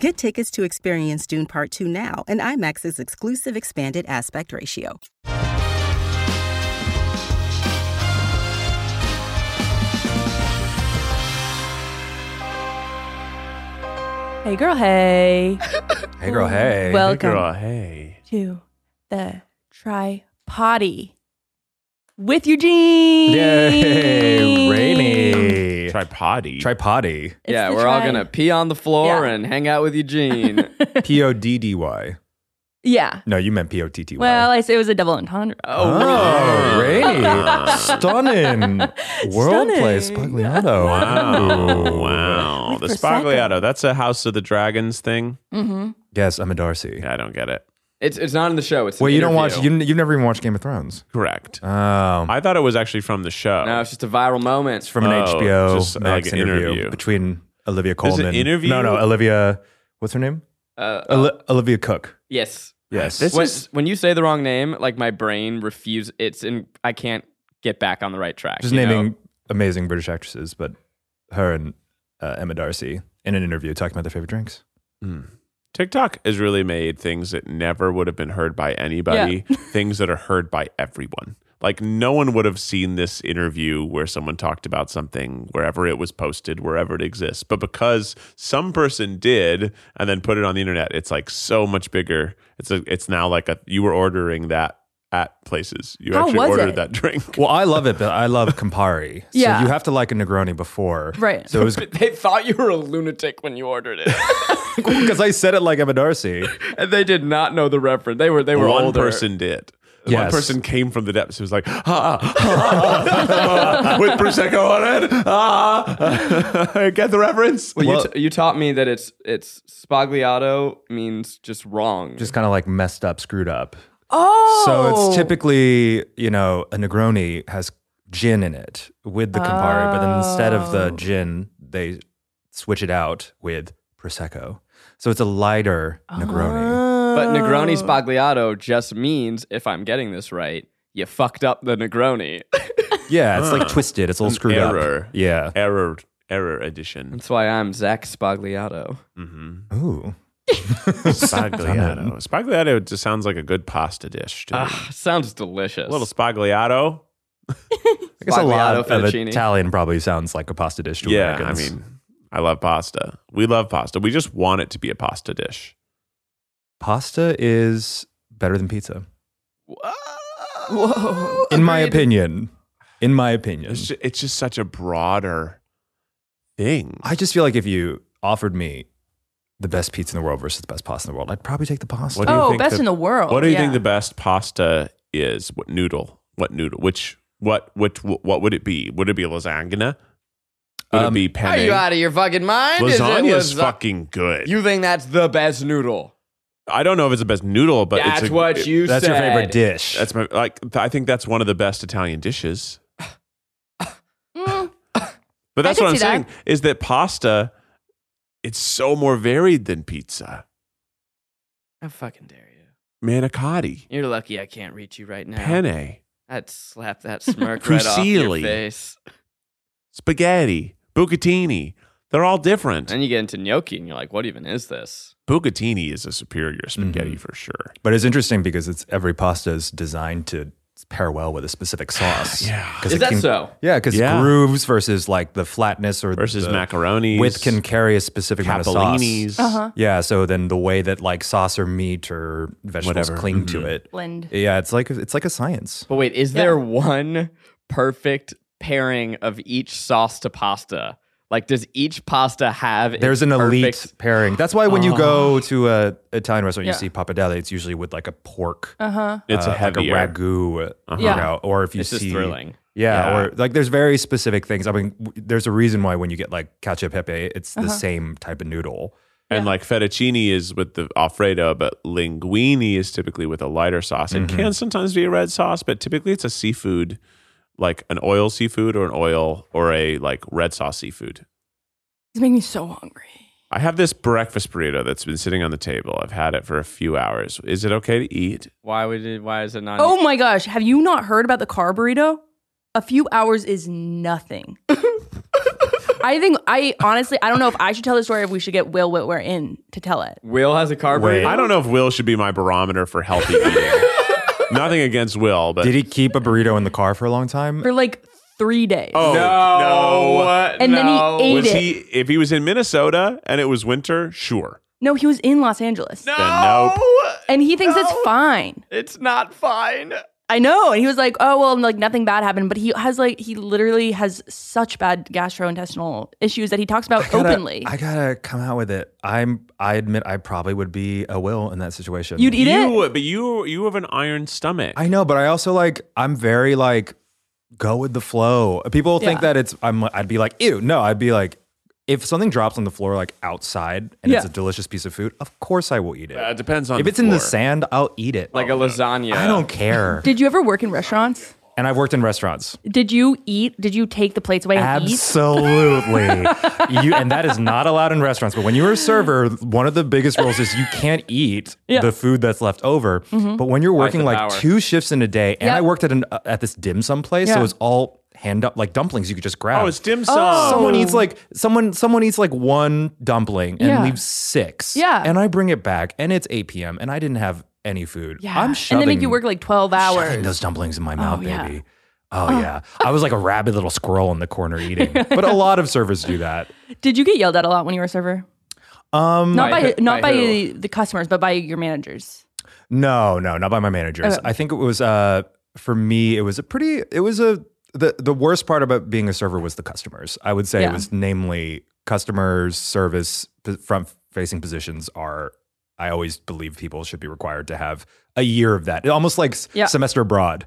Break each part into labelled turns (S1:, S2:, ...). S1: Get tickets to experience Dune Part 2 now and IMAX's exclusive expanded aspect ratio.
S2: Hey, girl, hey.
S3: Hey girl, hey.
S2: Welcome
S4: Girl, hey.
S2: to the Try Potty with Eugene.
S3: Yay, Rainy.
S4: Tripody.
S3: Tripody.
S2: It's
S5: yeah,
S2: the
S5: we're all
S2: try-
S5: gonna pee on the floor
S2: Yeah.
S5: and hang out with Eugene.
S3: P O D D Y.
S2: Yeah.
S3: No, you meant P O T T Y.
S2: Well, I say it was a double entendre.
S3: oh, great. Stunning. World play Spagliato.
S4: Wow.
S3: Ooh.
S4: wow.
S2: With
S4: The
S2: Prosecco.
S4: Spagliato. That's a House of the Dragons thing.
S2: Mm-hmm.
S3: Yes, I'm a Darcy.
S4: Yeah, I don't get it.
S5: it's it's not in the show. It's an
S3: Well, you don't watch,
S5: interview.
S3: you, n- you've never even watched Game of Thrones.
S4: Correct.
S3: Oh. I,
S4: I thought it was actually from the show.
S5: No, it's just a viral moment.
S3: from an
S4: Oh,
S3: HBO
S4: just
S3: Max
S4: like an
S3: interview,
S4: interview.
S3: between Olivia Colman.
S4: There's an interview? Oh.
S3: No, no, Olivia, what's her name?
S5: uh, uh,
S3: Oli- Olivia Cook.
S5: yes.
S3: Yes.
S4: This
S5: when,
S4: is
S5: when you say the wrong name, like my brain refuses. It's in. I can't get back on the right track.
S3: just
S5: you know?
S3: naming amazing British actresses, but her and uh, Emma Darcy in an interview talking about their favorite drinks.
S4: TikTok has really made things that never would have been heard by anybody, things that are heard by everyone. Like no one would have seen this interview where someone talked about something wherever it was posted, wherever it exists. But because some person did and then put it on the internet, it's like so much bigger. It's a, it's now like a you were ordering that at places. You
S2: How
S4: actually
S2: was
S4: ordered
S2: it?
S4: that drink.
S3: Well, I love it, but I love Campari.
S2: Yeah.
S3: So you have to like a Negroni before.
S2: Right.
S3: So it was
S5: But they thought you were a lunatic when you ordered it,
S3: because I said it like Emma Darcy.
S5: and they did not know the reference. They were they were
S4: one
S5: older.
S4: person did. One
S3: Yes.
S4: person came from the depths. It was like, ah, ah, ah, ah, with prosecco on it. Ah, get the reference.
S5: Well,
S3: Well-
S5: you, t- you taught me that it's it's spagliato means just wrong.
S3: Just kind of like messed up, screwed up.
S2: Oh.
S3: So it's typically, you know, a Negroni has gin in it with the Campari, but then instead of the
S2: Oh.
S3: gin, they switch it out with Prosecco. So it's a lighter Negroni.
S2: Uh-huh.
S5: But Negroni
S2: Oh.
S5: Spagliato just means, if I'm getting this right, you fucked up the Negroni.
S3: Yeah, it's
S4: Huh.
S3: like twisted. It's a little
S4: An
S3: screwed
S4: error.
S3: up. Yeah.
S4: error error edition.
S5: That's why I'm Zach Spagliato.
S4: Mm-hmm.
S3: Ooh.
S4: Spagliato. spagliato just sounds like a good pasta dish. To me.
S5: Ah, sounds delicious.
S4: a little spagliato.
S3: I guess a lot of
S5: Spagliato fettuccine.
S3: Italian probably sounds like a pasta dish to
S4: Yeah, I
S3: Americans.
S4: mean, I love pasta. We love pasta. We just want it to be a pasta dish.
S3: pasta is better than pizza,
S2: Whoa.
S3: in my opinion. In my opinion,
S4: It's just, it's just such a broader thing.
S3: I just feel like if you offered me the best pizza in the world versus the best pasta in the world, I'd probably take the pasta.
S4: What do you
S2: Oh,
S4: think
S2: best
S4: the-
S2: in the world.
S4: what do you think
S2: Yeah.
S4: the best pasta is? What noodle? What noodle? Which what which what would it be? Would it be lasagna? Would it
S3: Um,
S4: be
S5: Are
S4: penne?
S5: you out of your fucking mind? Is it
S4: Lasagna is
S5: lasa-
S4: fucking good.
S5: You think that's the best noodle?
S4: I don't know if it's the best noodle, but
S5: that's
S4: it's a,
S5: what you
S3: That's
S5: said.
S3: your favorite dish.
S4: That's my like. th- I think that's one of the best Italian dishes.
S2: Mm,
S4: But
S2: I
S4: that's
S2: can
S4: what I'm
S2: see that.
S4: saying is that pasta, it's so more varied than pizza.
S5: I fucking dare you.
S4: Manicotti,
S5: You're lucky I can't reach you right now.
S4: penne,
S5: I'd slap that smirk right off your
S4: Fusilli.
S5: face.
S4: spaghetti, bucatini. They're all different.
S5: Then you get into gnocchi and you're like, what even is this?
S4: bucatini is a superior spaghetti
S5: Mm-hmm.
S4: for sure.
S3: but it's interesting because it's every pasta is designed to pair well with a specific sauce.
S4: Yeah.
S3: 'Cause
S5: Is
S3: it
S5: that
S3: can-
S5: so?
S3: Yeah, because
S4: Yeah.
S3: grooves versus like the flatness or
S4: Versus
S3: the
S4: macaronis,
S3: width can carry a specific amount of sauce.
S4: capellinis.
S2: uh-huh.
S3: Yeah, so then the way that like sauce or meat or vegetables
S4: Whatever.
S3: cling to
S4: Mhm.
S3: it.
S2: Blend.
S3: Yeah, it's like it's like a science.
S5: But wait, is
S2: Yeah.
S5: there one perfect pairing of each sauce to pasta? Like, does each pasta have its
S3: There's an
S5: perfect-
S3: elite pairing. That's why when you go to a Italian restaurant,
S2: Yeah.
S3: you see pappardelle. It's usually with like a pork,
S2: Uh huh.
S4: It's
S3: uh,
S4: a heavier.
S3: like a ragu. You
S2: Yeah.
S3: know, or if you
S5: It's
S3: see
S5: just thrilling.
S3: Yeah,
S4: Yeah.
S3: or like there's very
S2: Uh-huh.
S3: specific things. I mean, w- there's a reason why when you get like cacio e pepe, it's the same type of noodle.
S4: And like fettuccine is with the Alfredo, but linguine is typically with a lighter sauce.
S3: Mm-hmm.
S4: It can sometimes be a red sauce, but typically it's a seafood, like an oil seafood or an oil or a like red sauce seafood.
S2: It's making me so hungry.
S4: I have this breakfast burrito that's been sitting on the table. I've had it for a few hours. Is it okay to eat?
S5: Why would it, why is it not?
S2: Oh my gosh, have you not heard about the car burrito? A few hours is nothing. I think I honestly I don't know if I should tell the story or if we should get Will Whitwer in to tell it.
S5: Will has a car
S3: Wait.
S5: burrito.
S4: I don't know if Will should be my barometer for healthy eating. Nothing against Will, but
S3: Did he keep a burrito in the car for a long time?
S2: For like three days.
S4: Oh,
S5: No,
S2: And then he
S5: no.
S2: ate-
S4: was
S2: it.
S4: he if he was in Minnesota and it was winter, sure.
S2: No, he was in Los Angeles.
S5: No,
S2: And he thinks it's
S5: No.
S2: fine.
S5: it's not fine.
S2: I know. And he was like, oh, well, like nothing bad happened. But he has like, he literally has such bad gastrointestinal issues that he talks about
S3: gotta-
S2: openly.
S3: I gotta come out with it. I'm. I admit, I probably would be a will in that situation.
S2: You'd eat
S4: you,
S2: it?
S4: would- but you you have an iron stomach.
S3: I know, but I also like. I'm very like go with the flow. People think
S2: Yeah.
S3: that it's. I'm. I'd be like, ew. No, I'd be like, if something drops on the floor like outside and it's
S2: Yeah.
S3: a delicious piece of food, of course I will eat it.
S4: Uh, it depends on
S3: if it's in the
S4: floor.
S3: sand, I'll eat it.
S5: Like a lasagna.
S3: Oh, I don't care.
S2: Did you ever work in restaurants?
S3: and I've worked in restaurants.
S2: Did you eat? Did you take the plates away and eat?
S3: Absolutely. you and that is not allowed in restaurants. But when you're a server, one of the biggest rules is you can't eat
S2: Yeah. Mm-hmm.
S3: the food that's left over. But when you're working
S5: of
S3: like
S5: power.
S3: two shifts in a day, and
S2: Yeah.
S3: I worked at an uh, at this dim sum place, so
S2: Yeah.
S3: it was all hand up like dumplings you could just grab.
S4: Oh, it's dim sum.
S3: Someone eats like someone someone eats like one dumpling and
S2: Yeah.
S3: leaves six.
S2: Yeah.
S3: And I bring it back and it's 8 p.m. and I didn't have any food. I'm
S2: And
S3: shoving
S2: they make you work like 12
S3: shoving
S2: hours.
S3: those dumplings in my mouth,
S2: yeah.
S3: baby. Oh, yeah. I was like a rabid little squirrel in the corner eating. But a lot of servers do that.
S2: Did you get yelled at a lot when you were a server?
S3: Um,
S2: Not
S5: By
S2: by,
S5: who-
S2: not
S5: by
S2: by,
S5: who?
S2: the customers, but by your managers.
S3: no, no, not by my managers. I think it was uh for me, it was a pretty it was a the the worst part about being a server was the customers. I would say
S2: Yeah.
S3: it was namely customers, service, p- front facing positions are I always believe people should be required to have a year of that. Almost like s-
S2: Yeah.
S3: semester abroad.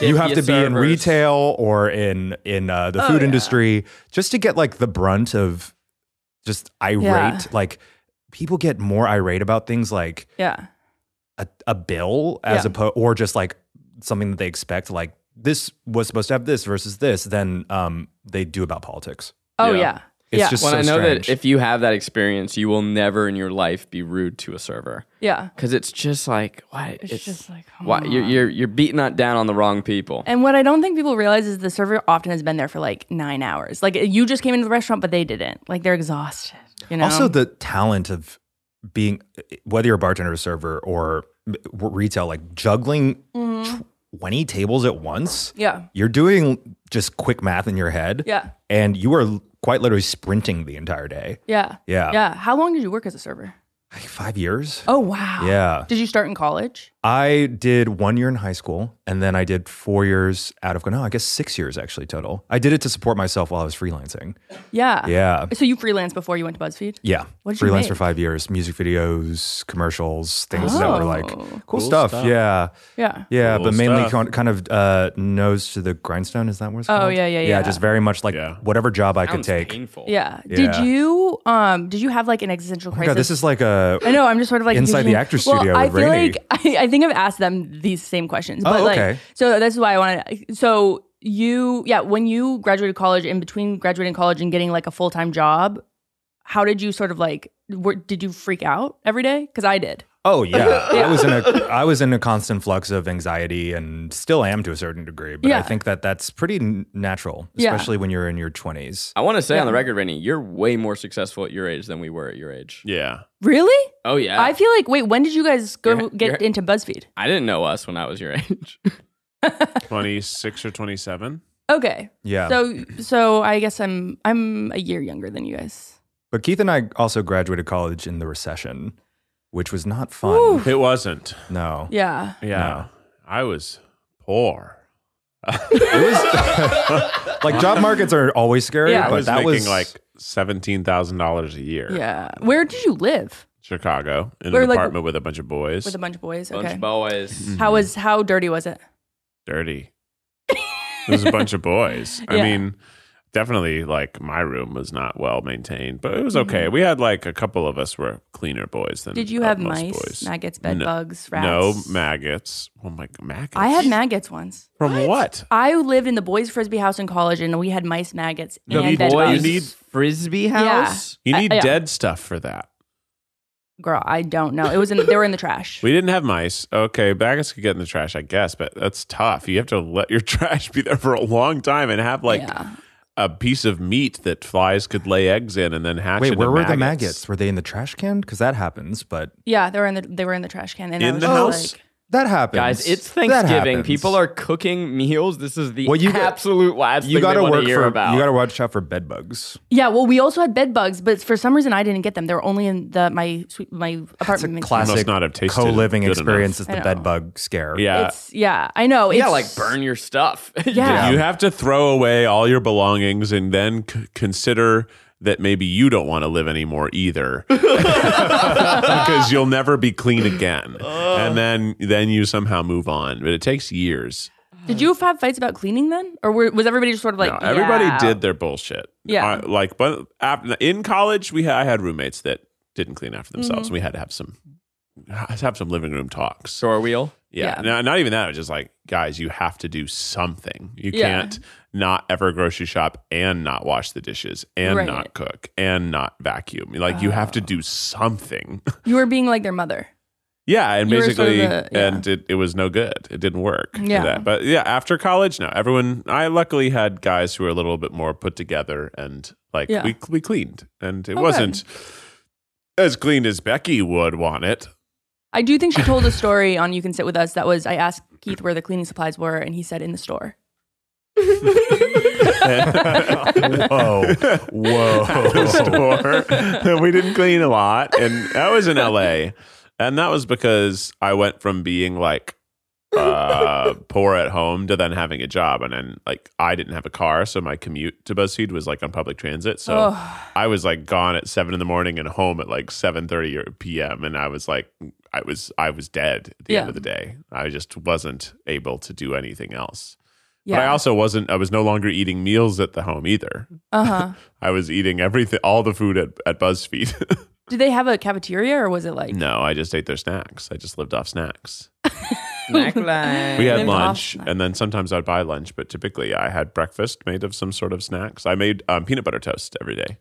S3: you have to be in
S5: servers.
S3: retail or in in uh, the food
S2: Oh, yeah.
S3: industry just to get like the brunt of just irate
S2: Yeah.
S3: like people get more irate about things like
S2: Yeah.
S3: a, a bill as
S2: Yeah.
S3: opposed or just like something that they expect like this was supposed to have this versus this then um they do about politics
S2: Oh,
S5: Yeah.
S2: yeah.
S3: it's
S2: yeah.
S3: just
S5: Well,
S3: so
S5: I know
S3: strange.
S5: that if you have that experience, you will never in your life be rude to a server
S2: yeah.
S5: because it's just like why
S2: It's just like, come
S5: why you're
S2: on.
S5: you're you're beating on- down on the wrong people.
S2: And what I don't think people realize is the server often has been there for like nine hours. Like you just came into the restaurant, but they didn't. Like they're exhausted. You know.
S3: also the talent of being whether you're a bartender or server or m- retail like juggling 20 tables at once
S2: Mm-hmm. yeah.
S3: you're doing just quick math in your head
S2: Yeah.
S3: and you are l- quite literally sprinting the entire day
S2: Yeah.
S3: yeah,
S2: Yeah. How long did you work as a server?
S3: Like five years
S2: Oh wow.
S3: yeah
S2: Did you start in college?
S3: I did one year in high school, and then I did four years out of no, I guess six years actually total. I did it to support myself while I was freelancing.
S2: Yeah.
S3: Yeah,
S2: So you freelanced before Ah. you went to BuzzFeed?
S3: yeah.
S2: What did you
S3: Freelance
S2: make?
S3: for five years, music videos, commercials, things that were like
S2: Oh.
S3: cool, stuff. Yeah,
S2: Yeah.
S3: yeah,
S4: Cool
S3: but mainly
S4: stuff.
S3: kind- kind of uh, nose to the grindstone. Is that what it's
S2: Oh,
S3: called?
S2: yeah, yeah,
S3: yeah.
S2: yeah.
S3: Just very much like
S4: Yeah.
S3: whatever job I could
S5: Sounds
S3: take.
S5: painful.
S2: Yeah.
S3: Yeah.
S2: Did you um did you have like an existential
S3: Oh my
S2: crisis?
S3: God, this is like a
S2: I know. I'm just sort of like
S3: Inside the
S2: envisioning-
S3: Actors
S2: well,
S3: Studio
S2: I
S3: with
S2: feel
S3: Rainey.
S2: like I, I think I've asked them these same questions, but
S3: Oh,
S2: like,
S3: okay.
S2: so that's why I wanted. So you, yeah, when you graduated college, in between graduating college and getting like a full time job, how did you sort of like? Were, did you freak out every day? Because I did.
S3: oh yeah. I was in a I was in a constant flux of anxiety and still am to a certain degree. But I
S2: Yeah.
S3: think that that's pretty n- natural,
S2: Yeah.
S3: especially when you're in your twenties.
S5: I want to say on the
S2: Yeah.
S5: record, Rainey, you're way more successful at your age than we were at your age.
S4: Yeah.
S2: Really?
S5: Oh yeah,
S2: I
S5: I
S2: feel like. Wait, when did you guys go
S5: You're-
S2: get
S5: you're-
S2: into BuzzFeed?
S5: I didn't know us when I was your age.
S4: 26 or 27?
S2: Okay,
S3: Yeah.
S2: so so I guess I'm I'm a year younger than you guys.
S3: But Keith and I also graduated college in the recession, which was not fun.
S2: Ooh.
S4: It wasn't.
S3: No.
S2: Yeah.
S4: Yeah.
S3: No.
S4: I was poor.
S3: It was like job markets are always scary,
S2: Yeah.
S4: I
S3: but
S4: was
S3: that
S4: making
S3: was
S4: like $17,000 a year.
S2: Yeah. Where did you live?
S4: Chicago in
S2: Or,
S4: an
S2: like,
S4: apartment with a bunch of boys.
S2: With a bunch of boys.
S5: Bunch
S2: Okay.
S3: Mm-hmm.
S5: of boys.
S2: How was how dirty was it?
S4: dirty. There's a bunch of boys. I
S2: Yeah.
S4: mean, definitely like my room was not well maintained, but it was okay. We had like a couple of us were cleaner boys than
S2: Mm-hmm. Did you
S4: uh,
S2: have
S4: most
S2: mice,
S4: Boys.
S2: maggots, bed
S4: No.
S2: bugs, rats?
S4: No maggots. Oh my maggots.
S2: I had maggots once.
S4: from what?
S2: I lived in the boys' frisbee house in college, and we had mice, maggots,
S4: The
S2: and bed
S4: boys-
S2: bugs.
S4: You need-
S5: frisbee house.
S4: You
S2: I- uh,
S4: need
S2: yeah.
S4: dead stuff for that.
S2: Girl, I don't know. It was in. They were in the trash.
S4: We didn't have mice. Okay, maggots could get in the trash, I guess, but that's tough. You have to let your trash be there for a long time and have like
S2: Yeah.
S4: a piece of meat that flies could lay eggs in and then hatch.
S3: Wait,
S4: into
S3: where were the maggots? Were they in the trash can? Because that happens, but
S2: Yeah, they were in the they were in the trash can. And I
S4: In
S2: was
S4: the
S2: just
S4: house?
S2: Oh, like-
S3: that happens.
S5: Guys, it's
S3: That
S5: Thanksgiving.
S3: happens.
S5: People are cooking meals. This is the
S3: Well, you-
S5: absolute last
S3: you
S5: thing
S3: gotta
S5: they want
S3: work
S5: to hear
S3: for
S5: about.
S3: you gotta watch out for bed bugs.
S2: yeah, well, we also had bed bugs, but for some reason I didn't get them. They were only in the my suite- my
S3: That's a
S2: apartment.
S3: classic
S4: Must not have tasted
S3: co-living
S4: good
S3: experience
S2: enough.
S3: is the
S2: I know.
S3: bed bug scare.
S4: Yeah.
S2: It's yeah, I know.
S5: yeah,
S2: it's-
S5: like burn your stuff.
S2: Yeah.
S4: You have to throw away all your belongings and then c- consider that maybe you don't want to live anymore either because you'll never be clean again.
S2: Oh.
S4: And then then you somehow move on, but it takes years.
S2: Did you have fights about cleaning then, or were, was everybody just sort of like
S4: No, everybody
S2: yeah.
S4: did their bullshit.
S2: Yeah.
S4: I- like but after, in college we had, I had roommates that didn't clean after
S2: Mm-hmm.
S4: themselves. We had to have some have some living room talks.
S5: Store wheel.
S4: Yeah.
S2: Yeah.
S4: No, not even that. It was just like, guys, you have to do something. You
S2: Yeah.
S4: can't not ever grocery shop and not wash the dishes and
S2: Right. Oh.
S4: not cook and not vacuum. Like you have to do something.
S2: You were being like their mother.
S4: yeah. And
S2: You were sort of
S4: basically,
S2: the- yeah.
S4: and it, it was no good. It didn't work. for
S2: Yeah.
S4: that. But yeah, after college, no, everyone, I luckily had guys who were a little bit more put together and like
S2: Yeah.
S4: we, we cleaned and it
S2: Oh,
S4: wasn't as clean as Becky would want it.
S2: I do think she told a story on You Can Sit With Us that was I asked Keith where the cleaning supplies were, and he said in the store.
S3: Whoa.
S4: the
S3: Whoa.
S4: store. we didn't clean a lot, and I was in LA, and that was because I went from being like uh, poor at home to then having a job, and then like I didn't have a car, so my commute to BuzzFeed was like on public transit. So
S2: Oh.
S4: I was like gone at seven in the morning and home at like seven thirty or p.m. And I was like, I was I was dead at the
S2: Yeah.
S4: end of the day. I just wasn't able to do anything else. But I
S2: Yeah.
S4: also wasn't. I was no longer eating meals at the home either.
S2: Uh huh.
S4: I was eating everything, all the food at, at BuzzFeed.
S2: Did they have a cafeteria, or was it like
S4: no, I just ate their snacks. I just lived off snacks.
S5: Snack line.
S4: We had
S2: Lived off
S4: lunch,
S2: snacks.
S4: and then sometimes I'd buy lunch, but typically I had breakfast made of some sort of snacks. I made um, peanut butter toast every day.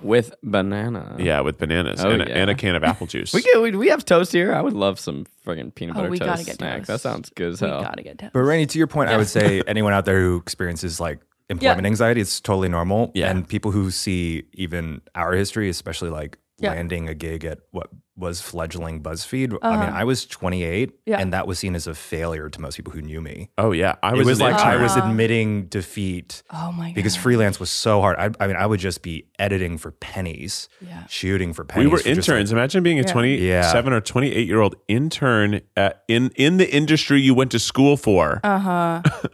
S5: with banana.
S4: Yeah, with bananas
S5: Oh,
S4: and,
S5: yeah.
S4: and a can of apple juice.
S5: We, could, we we have toast here. I would love some friggin' peanut
S2: Oh,
S5: butter
S2: we
S5: toast
S2: gotta get
S5: snack.
S2: toast.
S5: That sounds good as
S2: we
S5: hell.
S2: gotta get down?
S3: But Rainy, to your point, I would say anyone out there who experiences like employment anxiety, it's totally normal.
S4: Yeah.
S3: And people who see even our history, especially like
S2: Yeah.
S3: landing a gig at what was fledgling BuzzFeed. I mean, I was 28
S2: Uh-huh. Yeah.
S3: and that was seen as a failure to most people who knew me.
S4: oh yeah, I
S3: It
S4: was,
S3: was
S4: an
S3: like I
S4: intern.
S3: was admitting defeat
S2: Uh-huh. Oh my god!
S3: because freelance was so hard. I, I mean, I would just be editing for pennies,
S2: Yeah.
S3: shooting for pennies.
S4: we were
S3: for just,
S4: interns. Imagine being a
S2: Yeah.
S4: 27 or 28 year old intern at, in in the industry you went to school for.
S2: uh huh.
S3: like-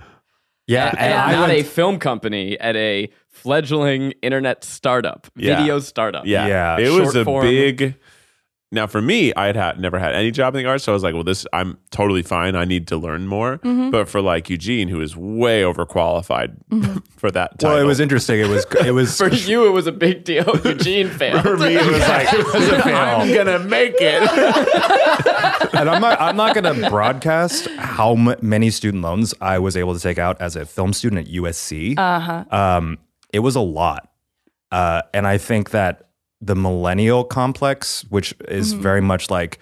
S3: yeah,
S5: At,
S3: and
S5: at
S3: I
S5: not
S3: went-
S5: a film company, at a fledgling internet startup,
S4: Yeah.
S5: video startup.
S4: Yeah.
S3: Yeah,
S4: it was
S5: short
S4: a
S5: form.
S4: big. Now, for me, I had had, never had any job in the arts. So I was like, well, this, I'm totally fine. I need to learn more.
S5: Mm-hmm.
S4: But for like Eugene, who is way overqualified
S5: Mm-hmm.
S4: for that title.
S3: Well, it was interesting. It was it was
S5: For you, it was a big deal. Eugene failed.
S4: for me, it was like, I'm going to make it.
S3: and I'm not, I'm not going to broadcast how m- many student loans I was able to take out as a film student at USC. Uh-huh. Um, it was a lot. Uh, and I think that the millennial complex, which is
S2: Mm-hmm.
S3: very much like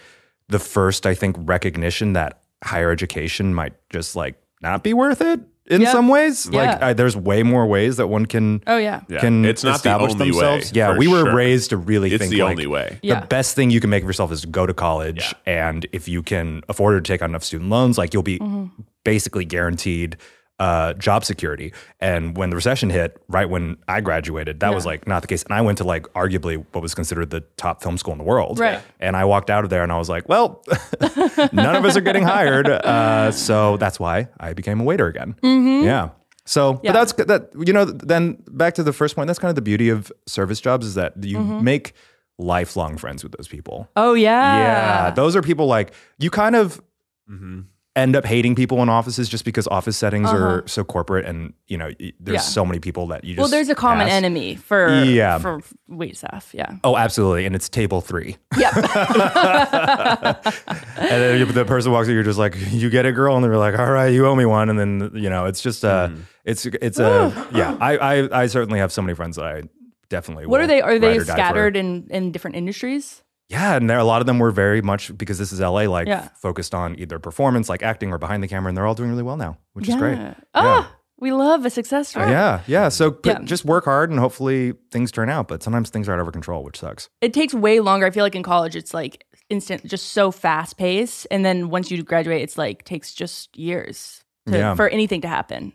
S3: the first, I think, recognition that higher education might just like not be worth it in
S2: Yeah.
S3: some ways. Like,
S2: Yeah.
S3: I, there's way more ways that one can.
S2: Oh yeah.
S4: Yeah.
S3: Can
S4: It's not the
S3: establish
S4: only way,
S3: themselves. yeah,
S4: for
S3: we were
S4: sure.
S3: raised to really
S4: It's
S3: think
S4: the
S3: like,
S4: only way.
S2: Yeah.
S3: the best thing you can make of yourself is to go to college and if you can afford to take on enough student loans like you'll be
S2: Mm-hmm.
S3: basically guaranteed uh, job security and when the recession hit right when i graduated that was like not the case and i went to like arguably what was considered the top film school in the world
S2: Right.
S3: and i walked out of there and i was like well none of us are getting hired uh, so that's why i became a waiter again yeah so
S2: Mm-hmm. Yeah.
S3: but that's good- that you know then back to the first point that's kind of the beauty of service jobs is that you
S2: Mm-hmm.
S3: make lifelong friends with those people
S2: Oh yeah.
S3: yeah those are people like you kind of end up hating people in offices just because office settings are so corporate and you know y- there's
S2: Uh-huh. Yeah.
S3: so many people that you just
S2: Well, there's a common
S3: pass.
S2: enemy for
S3: Yeah.
S2: for wait staff. Yeah.
S3: Oh, absolutely, and it's table three.
S2: Yeah.
S3: and then you- the person walks in, you're just like, "You get it, girl," and they're like, "All right, you owe me one." And then you know, it's just uh, it's it's a yeah. I, I I certainly have so many friends that I definitely.
S2: what
S3: will
S2: are they? Are
S3: ride
S2: they
S3: or die for.
S2: scattered in in different industries?
S3: Yeah, and there, a lot of them were very much because this is LA, like
S2: Yeah.
S3: focused on either performance, like acting, or behind the camera, and they're all doing really well now, which is great.
S2: Yeah. Ah, we love a success story.
S3: Yeah, yeah. So put,
S2: Yeah.
S3: just work hard, and hopefully things turn out. But sometimes things are out of our control, which sucks.
S2: It takes way longer. I feel like in college, it's like instant, just so fast paced, and then once you graduate, it's like takes just years to,
S3: Yeah.
S2: for anything to happen.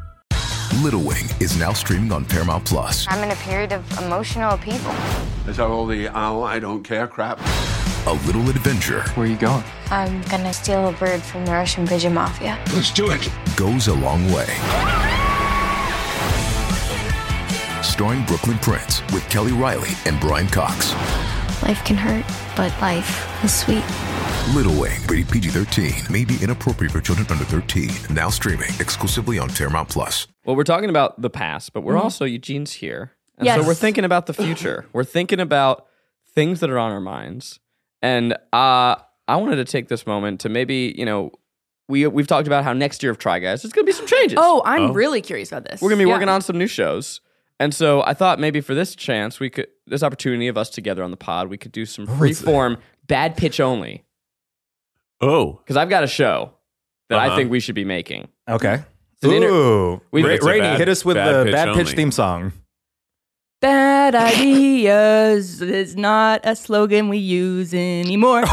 S6: Little Wing is now streaming on Paramount Plus.
S7: I'm in a period of emotional upheaval.
S8: Is that all the oh, I don't care crap?
S6: A little adventure
S9: Where are you going?
S7: I'm gonna steal a bird from the Russian pigeon mafia.
S8: Let's do it.
S6: goes a long way. Starring Brooklyn Prince with Kelly Riley and Brian Cox.
S7: Life can hurt, but life is sweet.
S6: Little Wing, rated PG 13, may be inappropriate for children under 13. Now streaming exclusively on Paramount Plus.
S5: Well, we're talking about the past, but we're also Eugene's here. And so
S2: Mm-hmm. Yes.
S5: we're thinking about the future. we're thinking about things that are on our minds. And uh, I wanted to take this moment to maybe, you know, we, we've talked about how next year of Try Guys, there's going to be some changes.
S2: Oh, I'm really curious about this.
S5: We're going to be
S2: Yeah.
S5: working on some new shows. And so I thought maybe for this chance, we could, this opportunity of us together on the pod, we could do some free form, bad pitch only.
S4: Oh,
S5: Because I've got a show that
S4: Uh-huh.
S5: I think we should be making.
S3: Okay.
S5: an inter-
S3: Ooh,
S5: we-
S3: Ra-
S5: it's
S4: a
S3: Rainey,
S4: bad-
S3: hit us with
S4: bad
S3: the
S4: pitch
S3: bad pitch
S4: only.
S3: theme song.
S2: Bad ideas is not a slogan we use anymore.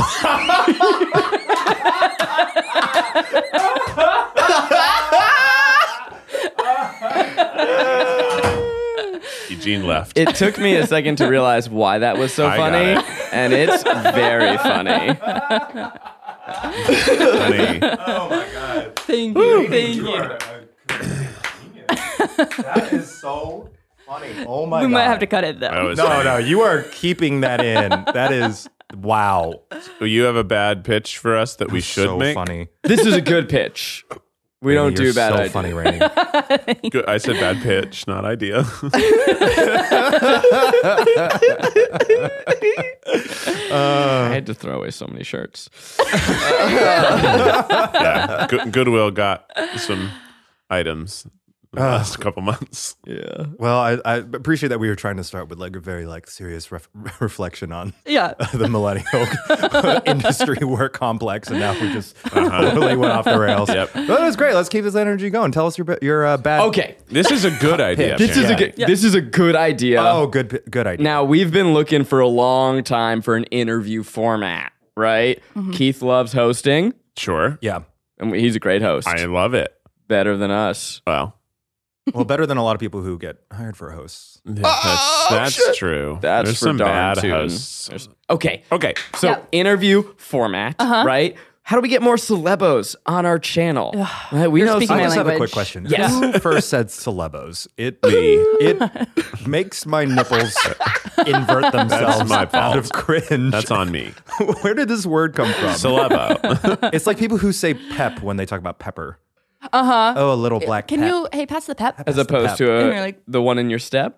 S4: Eugene left.
S5: It took me a second to realize why that was so
S4: I got
S5: funny,
S4: it.
S5: and it's very funny.
S4: Funny.
S2: Thank you. Thank you.
S3: that is so funny. Oh my
S2: We might have to cut it though.
S4: That was
S3: No,
S4: funny.
S3: no, you are keeping that in. That is wow.
S4: Well, You have a bad pitch for us that we should
S3: so
S4: make.
S3: funny.
S5: This is a good pitch. We
S3: Rainey,
S5: don't do
S3: you're
S5: bad
S3: so
S5: ideas.
S3: funny, Rainey.
S4: Good- I said bad pitch, not idea.
S5: I had to throw away so many shirts.
S4: yeah. Good, Goodwill got some items the last couple months.
S5: Yeah.
S3: well, I, I appreciate that we were trying to start with like a very like serious ref- reflection on
S2: Yeah.
S3: the millennial industry work complex, and now we just totally went off the rails.
S4: Yep.
S3: But that was great. Let's keep this energy going. Tell us your ba- your uh, bad.
S5: Okay.
S4: This is a good idea.
S5: This is a
S4: apparently.
S5: good. This is a good idea.
S3: Oh, good p- good idea.
S5: Now we've been looking for a long time for an interview format, right?
S2: Mm-hmm.
S5: Keith loves hosting,
S4: Sure.
S3: yeah.
S5: and he's a great host.
S4: I love it.
S5: Better than us.
S4: Well,
S3: Well, better than a lot of people who get hired for hosts.
S4: yeah, that's, that's true.
S5: Oh, That's
S4: There's
S5: for
S4: some
S5: darn
S4: bad
S5: tootin'.
S4: hosts.
S5: Okay.
S4: Okay.
S5: So interview format,
S2: Uh-huh.
S5: right? How do we get more celebos on our channel? Right, we know
S2: speaking
S5: some-
S3: I
S2: my
S3: just have a
S2: language.
S3: quick question.
S5: Yes.
S3: Who first said celebos? It It makes my nipples invert themselves
S4: my fault.
S3: out of cringe.
S4: That's on me.
S3: Where did this word come from?
S4: Celebo.
S3: it's like people who say pep when they talk about pepper.
S4: Uh-huh.
S3: Uh huh. Oh, a
S4: Eh,
S3: little black.
S2: Can
S3: pep.
S2: you? Hey, pass the pep.
S5: as opposed to
S2: And
S5: a,
S2: you're like-
S5: the one in your step.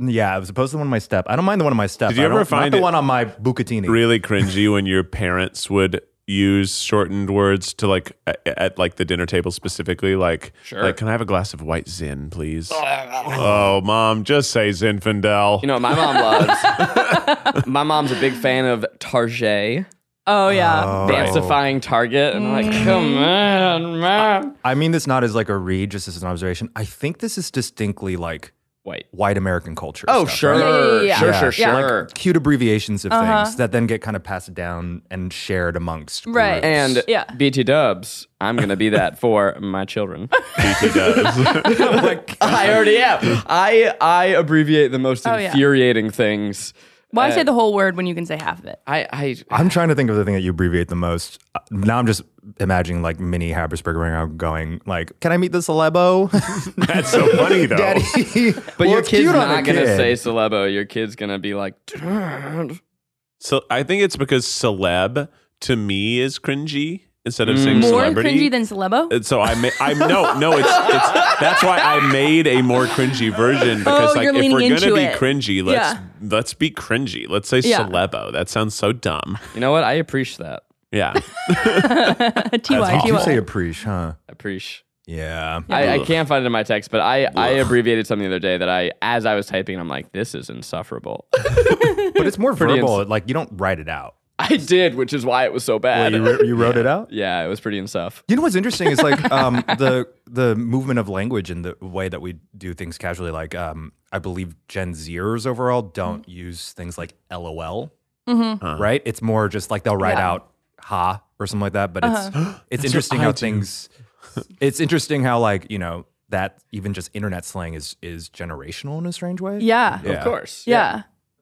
S3: Yeah, I was opposed to the one on my step. I don't mind the one on my step.
S4: Did you
S3: I
S4: ever
S3: don't-
S4: find
S3: not
S4: it
S3: the one on my bucatini?
S4: really cringy when your parents would use shortened words to like at, at like the dinner table specifically like
S5: Sure.
S4: like can i have a glass of white zin please oh mom just say zinfandel
S5: You know, what my mom loves. my mom's a big fan of Target,
S2: Oh yeah.
S5: densifying Target, and I'm
S2: Mm.
S5: like, come on, mom.
S3: Uh, I mean this not as like a read, just as an observation. I think this is distinctly like
S5: White.
S3: white American culture.
S5: Oh,
S3: stuff, right?
S5: sure.
S2: Yeah, yeah, yeah,
S5: sure,
S3: yeah.
S5: sure,
S2: Yeah.
S5: sure,
S3: Cute abbreviations of
S2: Uh-huh.
S3: things that then get kind of passed down and shared amongst
S2: Right.
S3: groups.
S5: And
S2: Yeah.
S5: BT Dubs, I'm gonna be that for my children.
S4: BT does.
S5: I already am. I I abbreviate the most
S2: Oh, yeah.
S5: infuriating things.
S2: Why
S5: Uh,
S2: say the whole word when you can say half of it?
S5: I I
S3: I'm trying to think of the thing that you abbreviate the most. Uh, Now I'm just imagining like mini Habsburger around going like, "Can I meet the celebo,
S4: That's so funny though.
S3: Daddy?"
S5: but
S3: Well,
S5: your
S3: it's
S5: kid's
S3: cute on a
S5: not gonna
S3: kid.
S5: say celebo. Your kid's gonna be like, "Dad."
S4: So I think it's because celeb to me is cringy instead of
S5: Mm.
S4: saying
S2: More
S4: celebrity.
S2: cringy than celebo?
S4: And Uh, so I ma- I no no it's it's that's why I made a more cringy version because
S2: Oh,
S4: like
S2: you're
S4: if
S2: leaning
S4: we're
S2: into
S4: gonna be
S2: it.
S4: cringy let's
S2: Yeah.
S4: let's be cringy let's say
S2: Yeah.
S4: celebo that sounds so dumb
S5: You know what? I appreciate that.
S4: yeah
S2: Ty,
S3: Did you say
S2: ty.
S3: a preach, huh?
S5: I appreciate.
S3: Yeah.
S5: I, I
S4: Ugh.
S5: can't find it in my text, but I, I abbreviated something the other day that I, as I was typing, I'm like, this is insufferable.
S3: But it's more
S5: Pretty
S3: verbal. like you don't write it out.
S5: I did, which is why it was so
S3: Well,
S5: bad.
S3: you, wr- you wrote it out.
S5: yeah, it was pretty insuff.
S3: You know what's interesting is like um, the the movement of language and the way that we do things casually. Like um, I believe Gen Zers overall don't
S2: Mm-hmm.
S3: use things like LOL, right? It's more just like they'll write
S2: Yeah. Uh-huh.
S3: out "ha" or something like that. But it's it's interesting
S4: I
S3: how
S4: do.
S3: things. It's interesting how like you know that even just internet slang is is generational in a strange way.
S2: Yeah. Yeah.
S5: Of course.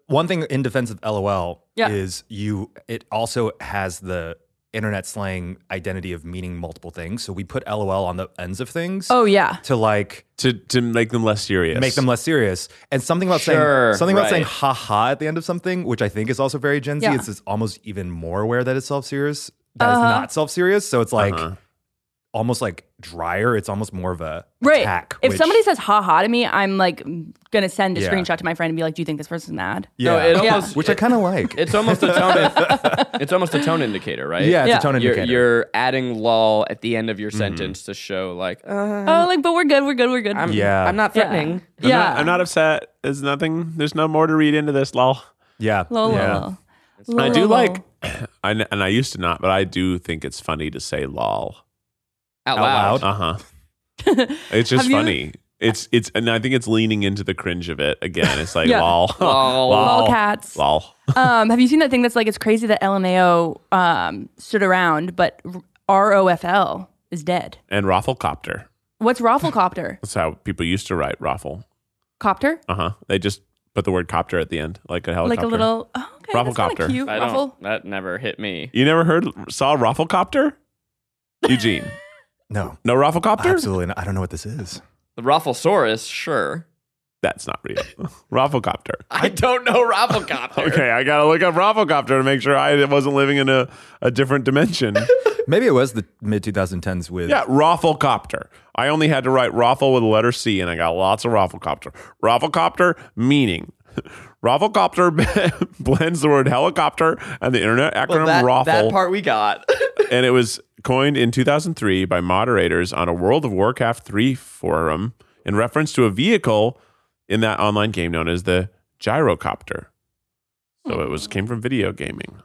S3: One thing in defense of LOL
S2: Yeah.
S3: is you it also has the internet slang identity of meaning multiple things. So we put LOL on the ends of things
S2: Oh, yeah.
S3: to like
S4: to to make them less serious
S3: make them less serious. And something about
S5: Sure,
S3: saying something about saying
S5: right.
S3: ha ha at the end of something, which I think is also very Gen Z,
S2: Yeah. Uh-huh.
S3: it's, it's almost even more aware that it's self serious. That is not self serious. So it's like
S4: Uh-huh.
S3: almost like drier. It's almost more of a
S2: Right.
S3: attack.
S2: if
S3: which-
S2: somebody says ha ha to me, I'm like gonna send a
S3: Yeah.
S2: screenshot to my friend and be like, "Do you think this person's mad?"
S3: yeah,
S5: No, it almost-
S3: which I kind of like.
S5: It's almost a tone. it's almost a tone indicator, right?
S3: yeah, it's
S2: Yeah.
S3: a tone
S5: You're,
S3: indicator. Mm-hmm.
S5: you're adding lol at the end of your sentence to show like, uh,
S2: oh, like, but we're good. We're good. We're good.
S5: I'm,
S3: Yeah.
S5: I'm
S2: Yeah.
S5: not threatening.
S2: Yeah.
S4: I'm not, I'm not upset there's nothing there's no more to read into this lol
S3: yeah,
S2: Lol,
S3: yeah.
S2: lol, lol.
S4: I do
S2: Lol, lol,
S4: like
S2: lol.
S4: I, kn- and I used to not but I do think it's funny to say lol
S5: Out
S3: Out loud.
S5: loud.
S4: Uh huh. it's just
S2: Have you-
S4: funny. It's it's and I think it's leaning into the cringe of it again. It's like
S2: Yeah.
S4: lol,
S5: Lol.
S2: Lolcats.
S4: lol.
S2: um, have you seen that thing that's like it's crazy that LMAO um, stood around, but R- ROFL is dead.
S4: and rafflecopter.
S2: What's Rafflecopter?
S4: That's how people used to write raffle.
S2: Copter?
S4: Uh huh. They just put the word copter at the end, like a helicopter.
S2: Like a little oh, okay, that's kinda
S4: Rafflecopter.
S2: cute.
S5: I
S2: Raffle.
S5: don't. That never hit me.
S4: You never heard saw rafflecopter? Eugene,
S3: No,
S4: no rafflecopter.
S3: absolutely not. I don't know what this is.
S5: The Rafflesaurus, sure.
S4: That's not real. rafflecopter.
S5: I don't know Rafflecopter.
S4: Okay, I gotta look up rafflecopter to make sure I wasn't living in a, a different dimension.
S3: Maybe it was the mid 2010s with
S4: Yeah, Rafflecopter. I only had to write Raffle with a letter C, and I got lots of Rafflecopter. Rafflecopter meaning. Rafflecopter blends the word helicopter and the internet acronym
S5: Well, that,
S4: Raffle,
S5: that part we got.
S4: and it was coined in 2003 by moderators on a World of Warcraft 3 forum in reference to a vehicle in that online game known as the gyrocopter. So it was came from video gaming.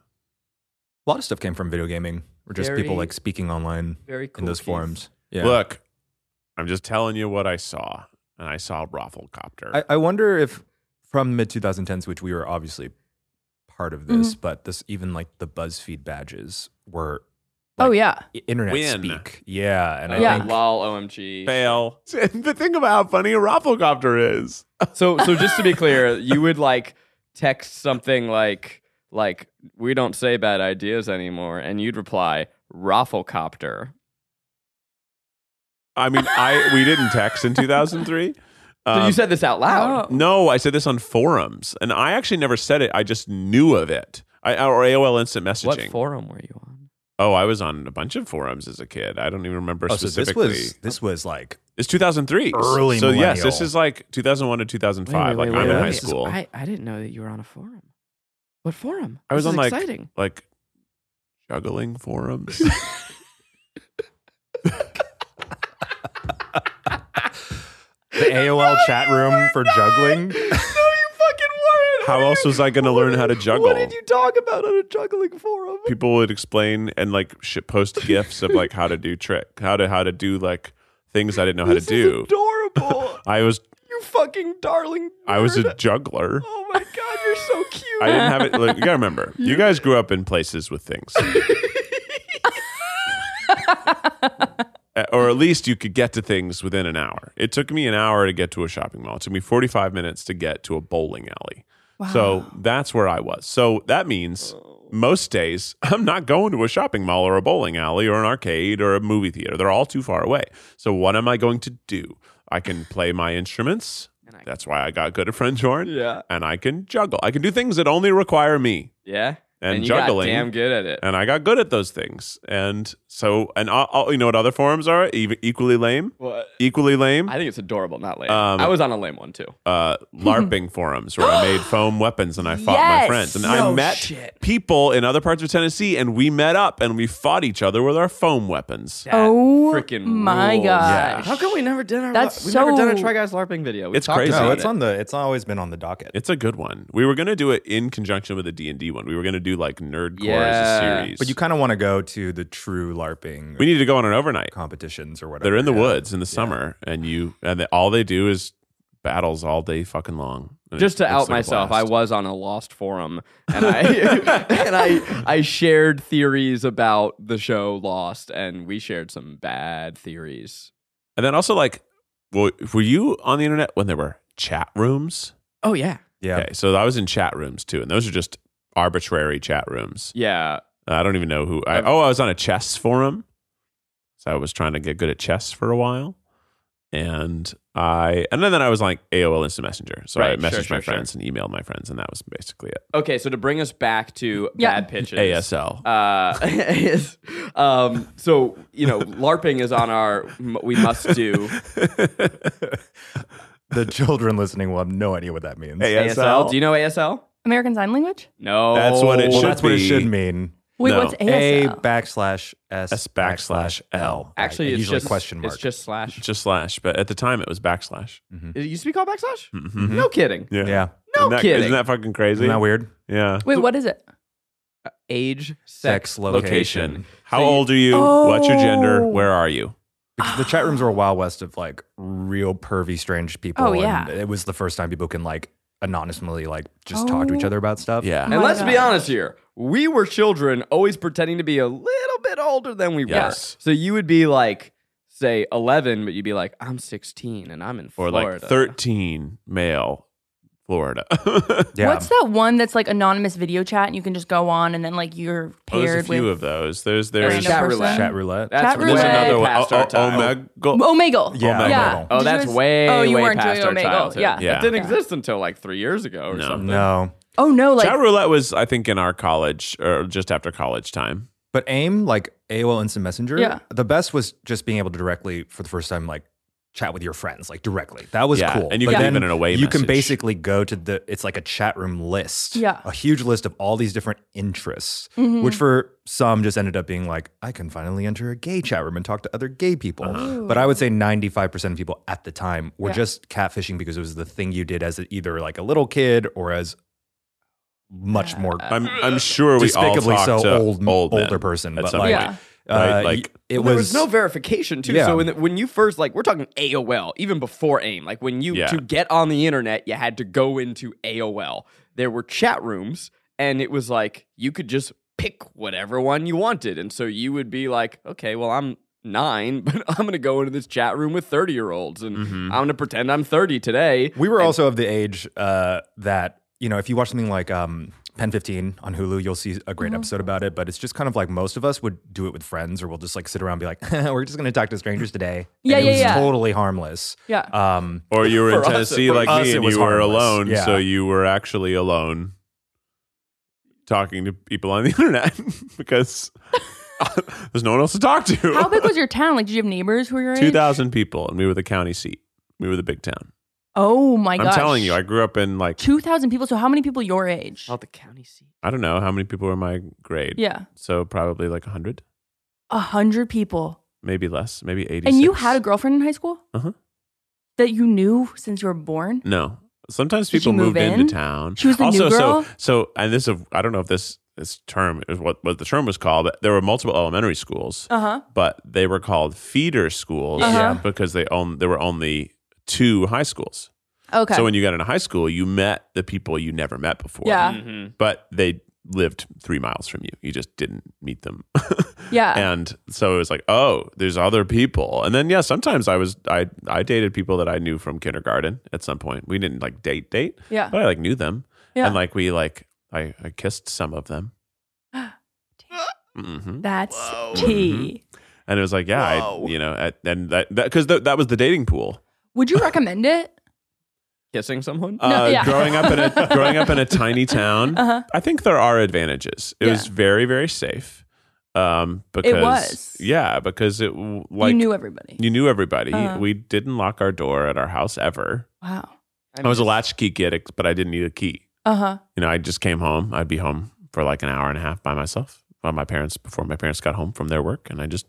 S3: a lot of stuff came from video gaming or just people
S5: Very-
S3: like speaking online
S5: Very cool.
S3: in those
S5: Keith.
S3: forums. Yeah.
S4: Look, I'm just telling you what I saw, and I saw Rafflecopter.
S3: I, I wonder if from mid 2010s, which we were obviously part of this,
S5: Mm-hmm.
S3: but this even like the BuzzFeed badges were
S2: oh yeah.
S3: i- internet
S4: Win.
S3: speak. Yeah. And I
S2: Yeah.
S3: think
S5: Lol, OMG.
S4: fail. The thing about how funny a rafflecopter is.
S5: So so just to be clear, you would like text something like like we don't say bad ideas anymore, and you'd reply Rafflecopter.
S4: I mean, I we didn't text in 2003.
S5: so
S4: Um,
S5: you said this out loud.
S2: Oh.
S4: no, I said this on forums, and I actually never said it. I just knew of it. I, or AOL Instant
S5: What
S4: Messaging.
S5: forum were you on?
S4: oh, I was on a bunch of forums as a kid. I don't even remember
S3: oh, so this
S4: specifically.
S3: was, this was like,
S4: it's 2003.
S3: Early
S4: So yes, this
S3: millennial.
S4: is like 2001 to 2005. like I'm in high school. I,
S5: didn't know that you were on a forum. What forum?
S4: was on like like juggling forums.
S3: the
S5: Oh
S3: AOL chat room for juggling.
S4: how else was I going to learn how to juggle?
S5: talk about on a juggling forum?
S4: people would explain and like shit post gifs of like how to do trick, how to how to do like things I didn't know how to do.
S5: adorable.
S4: I was
S5: You fucking darling.
S4: I was a
S5: nerd.
S4: juggler.
S5: Oh my god, you're so cute.
S4: I didn't have it. Like, you gotta remember, you guys grew up in places with things, Uh, or at least you could get to things within an hour. It took me an hour to get to a shopping mall. It took me forty-five minutes to get to a bowling alley. So that's where I was. So that means most days I'm not going to a shopping mall or a bowling alley or an arcade or a movie theater. They're all too far away. So what am I going to do? I can play my instruments. That's why I got good at French horn
S5: Yeah.
S4: and I can juggle. I can do things that only require me,
S5: Yeah.
S4: And
S5: you got
S4: juggling. Um,
S5: damn good at it.
S4: and I got good at those things. And so, and i I'll, you know what other forums are Ev- equally lame,
S5: What?
S4: equally lame.
S5: I think it's adorable, not lame.
S4: Um,
S5: I was on a lame one too.
S4: Uh, LARPing forums where I made foam weapons and I fought my
S2: Yes!
S4: friends, and
S5: No
S4: I met
S5: shit.
S4: people in other parts of Tennessee, and we met up and we fought each other with our foam weapons.
S2: oh
S5: freaking
S2: my
S5: rules.
S4: Yeah.
S2: gosh.
S5: How come we never did our
S2: That's
S5: we've never done a
S2: so-
S5: Try Guys LARPing video? We
S4: It's
S5: talked
S4: crazy.
S5: about
S3: No,
S4: it?
S3: it's on the. It's always been on the docket.
S4: It's a good one. We were gonna do it in conjunction with the D and D one. We were gonna do like Nerdcore
S5: Yeah.
S4: as a series,
S3: but you kind of want to go to the true LARPing
S4: we need to go on an overnight.
S3: competitions or whatever.
S4: They're in the
S3: yeah.
S4: woods in the summer, and you and they, all they do is battles all day fucking long. And
S5: just to
S4: it's- it's like
S5: out
S4: a
S5: myself, I
S4: blast.
S5: was on a lost forum and I and I I shared theories about the show Lost and we shared some bad theories.
S4: and then also like, were, were you on the internet when there were chat rooms?
S5: Oh yeah.
S3: Yeah.
S4: Okay, so I was in chat rooms too, and those are just arbitrary chat rooms.
S5: Yeah.
S4: I don't even know who. I,
S5: Um,
S4: oh, I was on a chess forum, so I was trying to get good at chess for a while, and I and then I was like AOL Instant Messenger, so I
S5: Right, sure,
S4: messaged
S5: sure,
S4: my
S5: sure.
S4: friends and emailed my friends, and that was basically it.
S5: Okay, so to bring us back to
S2: Yeah.
S5: bad pitches.
S4: ASL.
S5: Uh, is- um, so you know, LARPing is on our m- we must do
S3: The children listening will have no idea what that means.
S5: ASL. Do you know ASL?
S2: American Sign Language?
S5: No,
S4: That's what it
S3: Well,
S4: should
S3: that's what it
S4: be.
S3: should mean.
S2: Wait,
S4: No.
S2: what's
S3: A
S2: ASL?
S3: backslash S,
S4: S backslash L.
S3: Right,
S5: Actually,
S3: and
S5: it's
S3: usually
S5: just
S3: question mark.
S5: It's just slash.
S4: just slash, but at the time it was backslash.
S5: it used to be called backslash.
S4: Mhm.
S5: No kidding.
S3: yeah.
S5: Mm-hmm. No
S4: isn't that,
S5: kidding.
S4: Isn't that fucking crazy?
S3: Isn't that weird?
S4: Yeah.
S2: Wait, what is it?
S5: Age, sex,
S3: Sex
S4: Location.
S3: location.
S4: How old are you? What's your gender?
S2: Oh.
S4: Where are you?
S3: Because the chat rooms were a wild west of like real pervy, strange people.
S2: Oh, yeah.
S3: And it was the first time people can like anonymously like just talk to each other about stuff.
S4: Yeah.
S5: And
S2: Oh my
S5: let's be
S2: God.
S5: honest here. We were children, always pretending to be a little bit older than we
S4: Yes.
S5: were. So you would be like, say, 11, but you'd be like, I'm 16 and I'm in
S4: Or
S5: Florida.
S4: like 13 male Florida.
S3: Yeah.
S2: What's that one that's like anonymous video chat and you can just go on and then like you're
S4: Oh, there's
S2: paired
S4: a few
S2: with
S4: of those. There's
S2: a
S4: there's
S2: random
S5: Chat
S2: person?
S5: roulette.
S3: Chat roulette.
S5: That's
S2: Chat
S5: way
S4: there's
S2: roulette.
S4: another one.
S5: past our time.
S4: Omegle.
S2: Omegle.
S3: Yeah,
S2: yeah.
S3: Omegle.
S2: Did
S5: Oh,
S2: you
S5: that's
S2: guys-
S5: way,
S2: Oh, you
S5: way
S2: weren't
S5: past
S2: doing
S5: our
S2: Omegle.
S5: childhood.
S2: Yeah.
S4: Yeah.
S5: It didn't exist until like three years ago or
S4: No.
S5: something.
S3: No.
S2: Oh no, like
S4: Chat roulette was, I think, in our college or just after college time.
S3: But AIM, like AOL Instant Messenger,
S2: Yeah.
S3: the best was just being able to directly, for the first time, like chat with your friends, like directly. That was
S4: Yeah,
S3: cool.
S4: and you
S3: But
S4: can
S3: then
S4: leave it in a way
S3: You can
S4: message.
S3: basically go to the, it's like a chat room list.
S2: Yeah. Mm-hmm.
S3: A huge list of all these different interests, which for some just ended up being like, I can finally enter a gay chat room and talk to other gay people. But I would say 95% of people at the time were
S2: Yeah.
S3: just catfishing because it was the thing you did as either like a little kid or as much more
S4: I'm I'm sure we all
S3: despicably
S4: talked
S3: so
S4: to
S3: old,
S4: old men
S3: older person,
S4: at
S3: but
S4: some
S3: like,
S4: point.
S2: Yeah.
S4: Right,
S3: uh,
S4: like-
S3: y- it
S5: Well,
S3: was,
S5: there was no verification too.
S3: Yeah.
S5: So when, when you first like we're talking AOL, even before AIM, like when you
S4: Yeah.
S5: to get on the internet, you had to go into AOL. There were chat rooms, and it was like you could just pick whatever one you wanted, and so you would be like, okay, well I'm nine, but I'm gonna go into this chat room with thirty year olds, and
S4: Mm-hmm.
S5: I'm gonna pretend I'm thirty today.
S3: we were also of the age uh, that you know if you watch something like um, Pen Fifteen on Hulu, you'll see a great episode about it. But it's just kind of like most of us would do it with friends, or we'll just like sit around and be like, we're just going to talk to strangers today.
S2: Yeah,
S3: and it
S2: yeah,
S3: was
S2: yeah.
S3: Totally harmless.
S2: Yeah.
S3: Um,
S4: Or you were in
S5: For us-
S4: Tennessee
S5: for
S4: like
S3: us,
S4: me
S3: it
S4: and
S3: was
S4: you were
S3: harmless.
S4: alone,
S3: Yeah.
S4: so you were actually alone talking to people on the internet because there's no one else to talk to.
S2: how big was your town? Like did you have neighbors who were your age?
S4: 2,000 people, and we were the county seat. We were the big town.
S2: Oh my
S4: I'm
S2: gosh.
S4: telling you, I grew up in like,
S2: two thousand people. So how many people your age?
S5: Oh, the county seat.
S4: I don't know how many people were in my grade.
S2: Yeah.
S4: So probably like 100,
S2: A hundred people.
S4: maybe less, maybe 80.
S2: And you had a girlfriend in high school?
S4: Uh-huh.
S2: That you knew since you were born?
S4: No. Sometimes
S2: Did she
S4: people
S2: move
S4: moved
S2: in?
S4: into town.
S2: She was the new
S4: also,
S2: girl?
S4: so so and this is I don't know if this this term is what, what the term was called, but there were multiple elementary schools,
S2: Uh-huh.
S4: but they were called feeder schools
S2: Uh-huh.
S4: because they own there were only two high schools.
S2: Okay.
S4: So when you got into high school, you met the people you never met before.
S2: yeah.
S5: Mm-hmm.
S4: But they lived three miles from you. You just didn't meet them.
S2: Yeah.
S4: and so it was like, oh, there's other people. And then yeah, sometimes I was I I dated people that I knew from kindergarten at some point. We didn't like date date.
S2: Yeah.
S4: But I like knew them.
S2: Yeah.
S4: And like we like I, I kissed some of them. hmm
S2: That's
S4: Mm-hmm.
S2: tea.
S4: And it was like, yeah, I, you know, at, and that because that, that was the dating pool.
S2: Would you recommend it?
S5: Kissing someone?
S4: Uh,
S2: yeah.
S4: growing up in a growing up in a tiny town,
S2: Uh-huh.
S4: I think there are advantages. It
S2: Yeah.
S4: was very very safe. Um, because
S2: was.
S4: yeah, because it w- like
S2: you knew everybody.
S4: you knew everybody.
S2: Uh-huh.
S4: We didn't lock our door at our house ever.
S2: wow.
S4: I was a latchkey kid, ex- but I didn't need a key.
S2: Uh huh.
S4: You know, I just came home. I'd be home for like an hour and a half by myself. By my parents before my parents got home from their work, and I just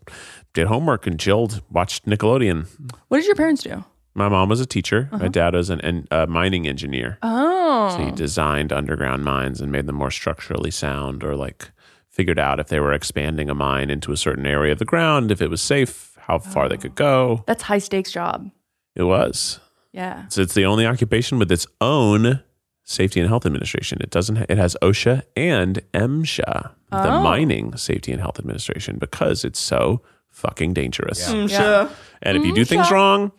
S4: did homework and chilled, watched Nickelodeon.
S2: What did your parents do?
S4: My mom was a teacher.
S2: Uh-huh.
S4: My dad was an, an a mining engineer.
S2: Oh.
S4: So he designed underground mines and made them more structurally sound or like figured out if they were expanding a mine into a certain area of the ground, if it was safe, how far they could go.
S2: That's high stakes job.
S4: It was.
S2: Yeah.
S4: So it's the only occupation with its own safety and health administration. It doesn't it has OSHA and MSHA, the
S2: Oh.
S4: mining safety and health administration because it's so fucking dangerous.
S2: Yeah.
S4: And if you do things wrong,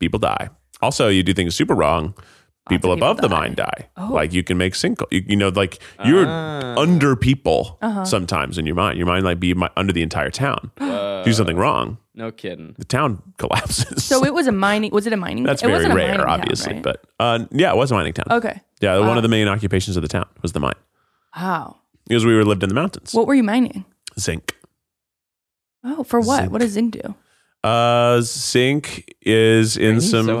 S4: people die. Also, you do things super wrong, people
S2: of people
S4: above the
S2: die.
S4: mine die.
S2: Oh. Ah.
S4: Like you can make single, you, you know, like you're under people
S2: Uh-huh.
S4: sometimes in your mind. Your mind like be mi- under the entire town. do something wrong,
S5: No kidding.
S4: the town collapses.
S2: So it was a mining. Was it a mining?
S4: that's
S2: it
S4: very
S2: wasn't a
S4: rare,
S2: mining town,
S4: obviously,
S2: right?
S4: but uh, yeah, it was a mining town.
S2: okay.
S4: Yeah, one of the main occupations of the town was the mine
S2: Wow.
S4: because we were lived in the mountains.
S2: What were you mining?
S4: Zinc.
S2: Oh, for what?
S4: Zinc.
S2: What does zinc do?
S4: Uh, zinc is in
S5: He's
S4: some
S5: so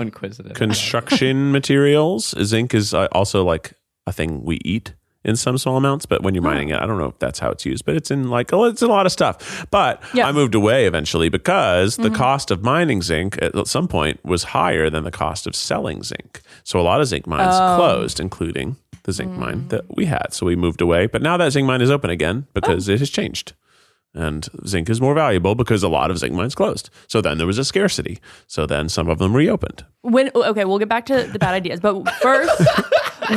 S5: inquisitive.
S4: construction materials. Zinc is uh, also like a thing we eat in some small amounts, but
S2: Oh.
S4: when you're mining it, I don't know if that's how it's used, but it's in like oh, it's a lot of stuff. But
S2: Yeah. Mm-hmm.
S4: I moved away eventually because the cost of mining zinc at some point was higher than the cost of selling zinc. So a lot of zinc mines
S2: Oh. Mm.
S4: closed, including the zinc mine that we had. So we moved away, but now that zinc mine is open again because
S2: Oh.
S4: it has changed and zinc is more valuable because a lot of zinc mines closed. So then there was a scarcity. So then some of them reopened.
S2: When? Okay, we'll get back to the bad ideas, but first,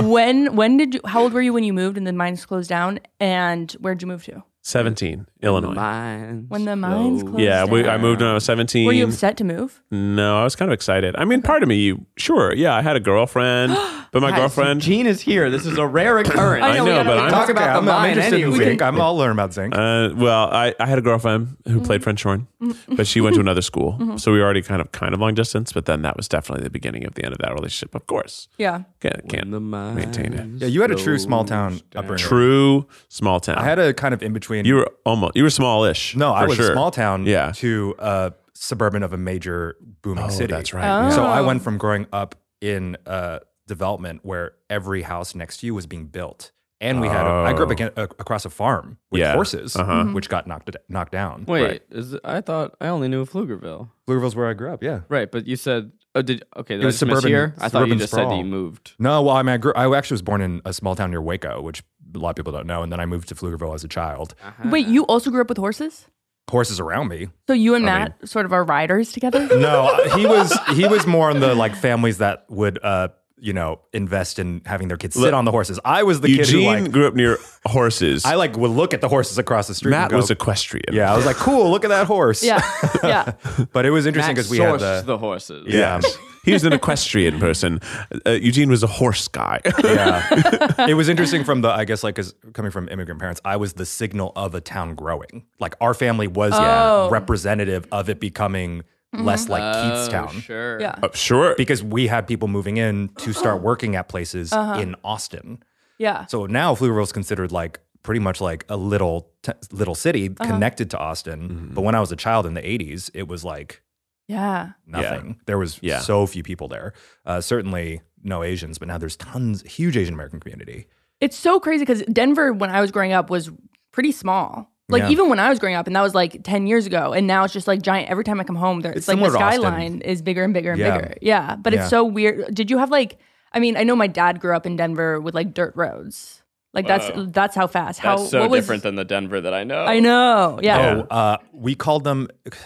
S2: when? When did you? How old were you when you moved and the mines closed down? And where'd you move to?
S4: 17, Illinois.
S5: Mines
S2: When the mines
S5: close.
S2: closed
S4: yeah, we, I
S2: down.
S4: moved when I was 17.
S2: Were you upset to move?
S4: No, I was kind of excited. I mean, part of me, you, sure, yeah, I had a girlfriend, but my
S5: Guys,
S4: girlfriend,
S5: Gene is here. This is a rare occurrence.
S4: I know,
S2: we gotta
S4: but I'm-
S5: talk about
S3: Okay,
S5: the
S3: I'm, I'm
S5: mine
S3: interested in
S5: anyway.
S3: zinc. I'm, I'll learn about zinc.
S4: uh, well, I, I had a girlfriend who
S2: Mm.
S4: played French horn, but she went to another school.
S2: Mm-hmm.
S4: So we were already kind of kind of long distance, but then that was definitely the beginning of the end of that relationship, of course.
S2: Yeah.
S4: Can't,
S5: When
S4: can't
S5: the mines
S4: maintain it.
S3: yeah, you had a true small town
S5: close down.
S3: upbringing.
S4: True small town.
S3: I had a kind of in between.
S4: You were almost. You were smallish.
S3: no, I
S4: for
S3: was
S4: sure.
S3: a small town
S4: Yeah.
S3: to uh, suburban of a major booming
S4: Oh,
S3: city.
S4: that's right.
S3: So
S4: yeah.
S3: I went from growing up in uh, development where every house next to you was being built. And we had, a, I grew up
S4: Oh.
S3: again, uh, across a farm with
S4: Yeah.
S3: horses,
S4: Uh-huh.
S3: which got knocked knocked down.
S5: Wait,
S4: Right.
S5: is it, I thought I only knew of Pflugerville.
S3: Louisville's where I grew up, yeah.
S5: Right, but you said oh did okay. That
S3: was
S5: was suburban.
S3: suburban-
S5: Here? I thought you
S3: suburban
S5: just said that
S3: sprawl.
S5: you moved.
S3: No, well, I mean, I, grew, I actually was born in a small town near Waco, which a lot of people don't know. And then I moved to Pflugerville as a child.
S2: Wait,
S4: Uh-huh.
S2: you also grew up with horses?
S3: Horses around me.
S2: So you and Matt sort of are riders together?
S3: No, I- he was he was more on the like families that would, uh, you know, invest in having their kids sit
S4: Look,
S3: on the horses. I was the
S4: Eugene
S3: kid who like,
S4: grew up near horses.
S3: I like would look at the horses across the street. and
S4: Matt
S3: go-
S4: was equestrian.
S3: yeah, I was like, cool, look at that horse.
S2: Yeah. Yeah.
S3: But it was interesting
S5: Matt
S3: because we
S5: sourced
S3: had the,
S5: the horses.
S3: yeah,
S4: he was an equestrian person. Uh, Eugene was a horse guy.
S3: yeah. it was interesting from the I guess like as coming from immigrant parents, I was the signal of a town growing. Like our family was
S2: Oh. Mm-hmm.
S3: representative of it becoming less
S4: Oh,
S3: like Keithstown
S5: Oh, Sure.
S2: Yeah.
S4: Uh, sure.
S3: because we had people moving in to start working at places
S2: Uh-huh.
S3: in Austin.
S2: Yeah.
S3: So now Pflugerville is considered like pretty much like a little t- little city
S2: Uh-huh.
S3: connected to Austin.
S4: Mm-hmm.
S3: But when I was a child in the 80s, it was like
S2: Yeah.
S3: nothing. There was
S4: Yeah.
S3: so few people there. Uh, certainly no Asians, but now there's tons, huge Asian American community.
S2: It's so crazy because Denver, when I was growing up, was pretty small. Like
S3: Yeah.
S2: even when I was growing up, and that was like ten years ago, and now it's just like giant. Every time I come home, there it's,
S3: It's
S2: like the
S3: similar to Austin.
S2: skyline is bigger and bigger and
S3: Yeah.
S2: bigger. Yeah, but
S3: Yeah.
S2: it's so weird. Did you have like? I mean, I know my dad grew up in Denver with like dirt roads. Like that's
S5: Wow.
S2: that's how fast. How
S5: That's so
S2: what was-
S5: different than the Denver that I know.
S2: I know. Yeah.
S3: Oh, uh, we called them. God,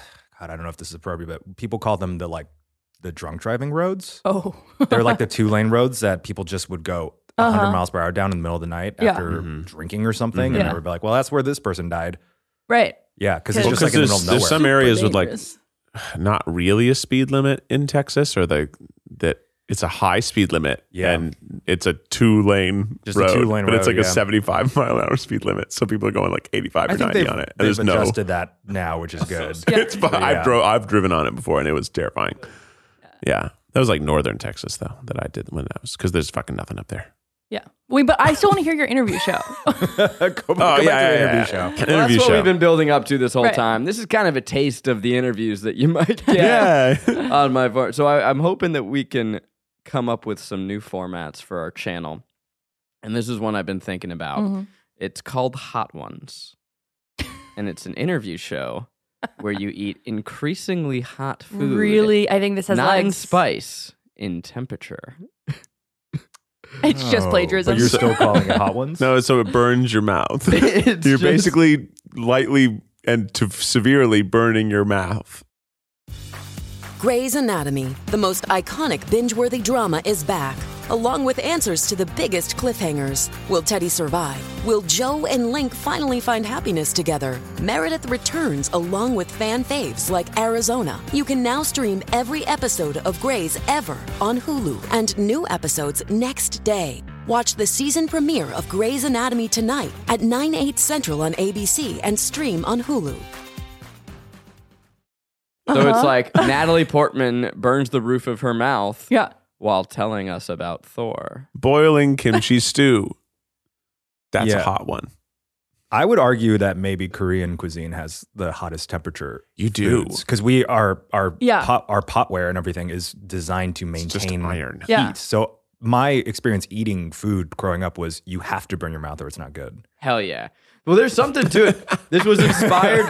S3: I don't know if this is appropriate, but people called them the like the drunk driving roads.
S2: Oh,
S3: They're like the two lane roads that people just would go 100
S2: Uh-huh.
S3: miles per hour down in the middle of the night
S2: Yeah.
S3: after
S4: Mm-hmm.
S3: drinking or something.
S2: Mhm.
S3: And they would be like, well, that's where this person died.
S2: right.
S3: Yeah, because
S2: Well,
S3: it's just like in the middle
S4: there's,
S3: of
S4: there's
S3: nowhere.
S4: some areas with like
S2: Dangerous.
S4: not really a speed limit in Texas, or the that it's a high speed limit,
S3: Yeah.
S4: and it's a two lane
S3: Just a
S4: road,
S3: two-lane
S4: but it's
S3: road,
S4: like a
S3: yeah.
S4: seventy five mile an hour speed limit, so people are going like eighty five
S3: I
S4: or
S3: think
S4: ninety
S3: they've,
S4: on it. And
S3: they've
S4: there's no,
S3: adjusted that now, which is good.
S4: it's fine.
S3: Yeah.
S4: I've drove, I've driven on it before, and it was terrifying. Yeah, that was like northern Texas though that I did when I was because there's fucking nothing up there.
S2: Yeah. Wait, but I still want to hear your interview show.
S4: Oh,
S3: go back, go back to the interview show.
S4: Interview
S5: Well, that's what
S4: show.
S5: we've been building up to this whole
S2: Right.
S5: time. This is kind of a taste of the interviews that you might get
S4: yeah.
S5: on my farm. So I, I'm hoping that we can come up with some new formats for our channel. And this is one I've been thinking about.
S2: Mhm.
S5: It's called Hot Ones, and it's an interview show where you eat increasingly hot food.
S2: Really, I think this has
S5: not in
S2: legs.
S5: spice, in temperature.
S2: It's just
S3: Oh,
S2: plagiarism.
S3: But you're still calling it hot ones?
S4: No, so it burns your mouth.
S5: It's
S4: You're
S5: just-
S4: basically lightly and to severely burning your mouth.
S10: Grey's Anatomy, the most iconic binge worthy drama, is back, along with answers to the biggest cliffhangers. Will Teddy survive? Will Joe and Link finally find happiness together? Meredith returns along with fan faves like Arizona. You can now stream every episode of Grey's ever on Hulu and new episodes next day. Watch the season premiere of Grey's Anatomy tonight at 9, 8 central on ABC and stream on Hulu.
S2: Uh-huh.
S5: So it's like Natalie Portman burns the roof of her mouth
S2: yeah.
S5: while telling us about Thor.
S4: Boiling kimchi stew. That's
S3: Yeah.
S4: a hot one.
S3: I would argue that maybe Korean cuisine has the hottest temperature.
S4: You do.
S3: because we are our
S2: Yeah.
S3: pot, our potware and everything is designed to maintain
S4: It's just iron.
S3: heat.
S2: Yeah.
S3: So my experience eating food growing up was you have to burn your mouth or it's not good.
S5: Hell yeah. Well, there's something to it. This was inspired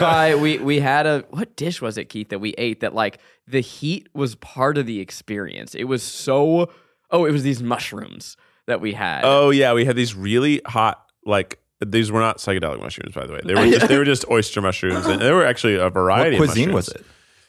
S5: by we we had a what dish was it, Keith, that we ate that like the heat was part of the experience. It was so oh, it was these mushrooms that we had.
S4: Oh yeah, we had these really hot like these were not psychedelic mushrooms, by the way. They were just, they were just oyster mushrooms, and there were actually a
S3: What
S4: variety. of
S3: cuisine was
S4: mushrooms.
S3: it?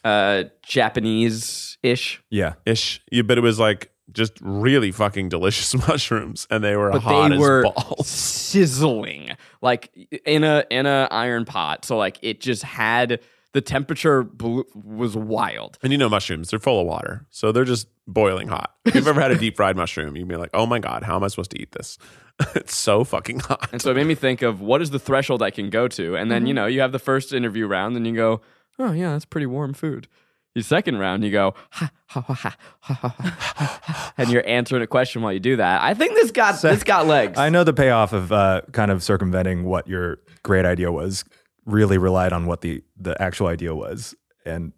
S5: Uh Japanese ish.
S3: Yeah.
S4: Ish, yeah, but it was like just really fucking delicious mushrooms, and they were
S5: But
S4: hot
S5: they were
S4: as balls.
S5: sizzling. Like in a in a iron pot. So like it just had the temperature blew, was wild.
S4: And you know mushrooms, they're full of water. So they're just boiling hot. If you've ever had a deep fried mushroom, you'd be like, oh my God, how am I supposed to eat this? it's so fucking hot.
S5: And so it made me think of what is the threshold I can go to? And then, you know, you have the first interview round and you go, oh, yeah, that's pretty warm food. Your second round, you go, ha, ha, ha, ha, ha, ha, ha, ha, and you're answering a question while you do that. I think this got this got legs.
S3: I know the payoff of uh, kind of circumventing what your great idea was really relied on what the the actual idea was, and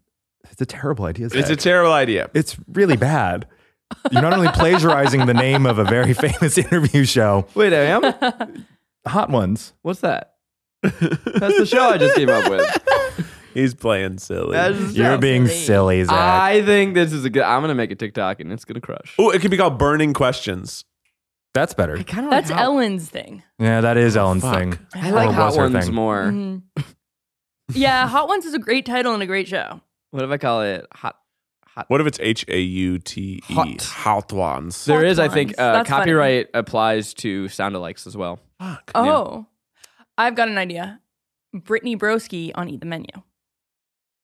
S3: it's a terrible idea.
S4: It's a
S3: Zach.
S4: terrible idea.
S3: it's really bad. You're not only plagiarizing the name of a very famous interview show,
S5: Wait, I am?
S3: Hot Ones.
S5: What's that? That's the show I just came up with.
S4: He's playing silly.
S5: That's-
S3: You're being silly, Zach.
S5: I think this is a good. I'm gonna make a TikTok and it's gonna crush.
S4: Oh, it could be called burning questions.
S3: That's better.
S4: Oh,
S5: kind
S2: That's Ellen's thing.
S3: Yeah, that is Ellen's thing.
S5: I like
S3: Or
S5: hot
S3: was her
S5: ones
S3: thing.
S5: more.
S2: Mhm. yeah, Hot Ones is a great title and a great show.
S5: What if I call it hot?
S4: What if it's H A U T E?
S5: Hot.
S4: Hot ones.
S5: There is, I
S2: ones.
S5: think, uh,
S2: That's funny.
S5: copyright applies to sound alikes as well.
S4: Fuck.
S2: Oh, I've got an idea. Brittany Broski on Eat the Menu.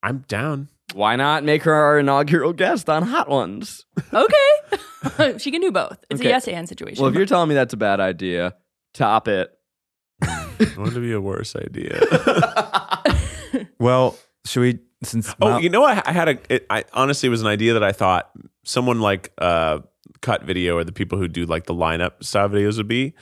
S4: I'm down.
S5: Why not make her our inaugural guest on Hot Ones?
S2: Okay, she can do both. It's
S5: Okay.
S2: a yes and situation.
S5: Well, if you're telling me that's a bad idea, top it.
S4: What would be a worse idea?
S3: Well, should we? Since
S4: Oh,
S3: Mal-
S4: you know, I, I had a. It, I honestly it was an idea that I thought someone like uh, Cut Video or the people who do like the lineup style videos would be,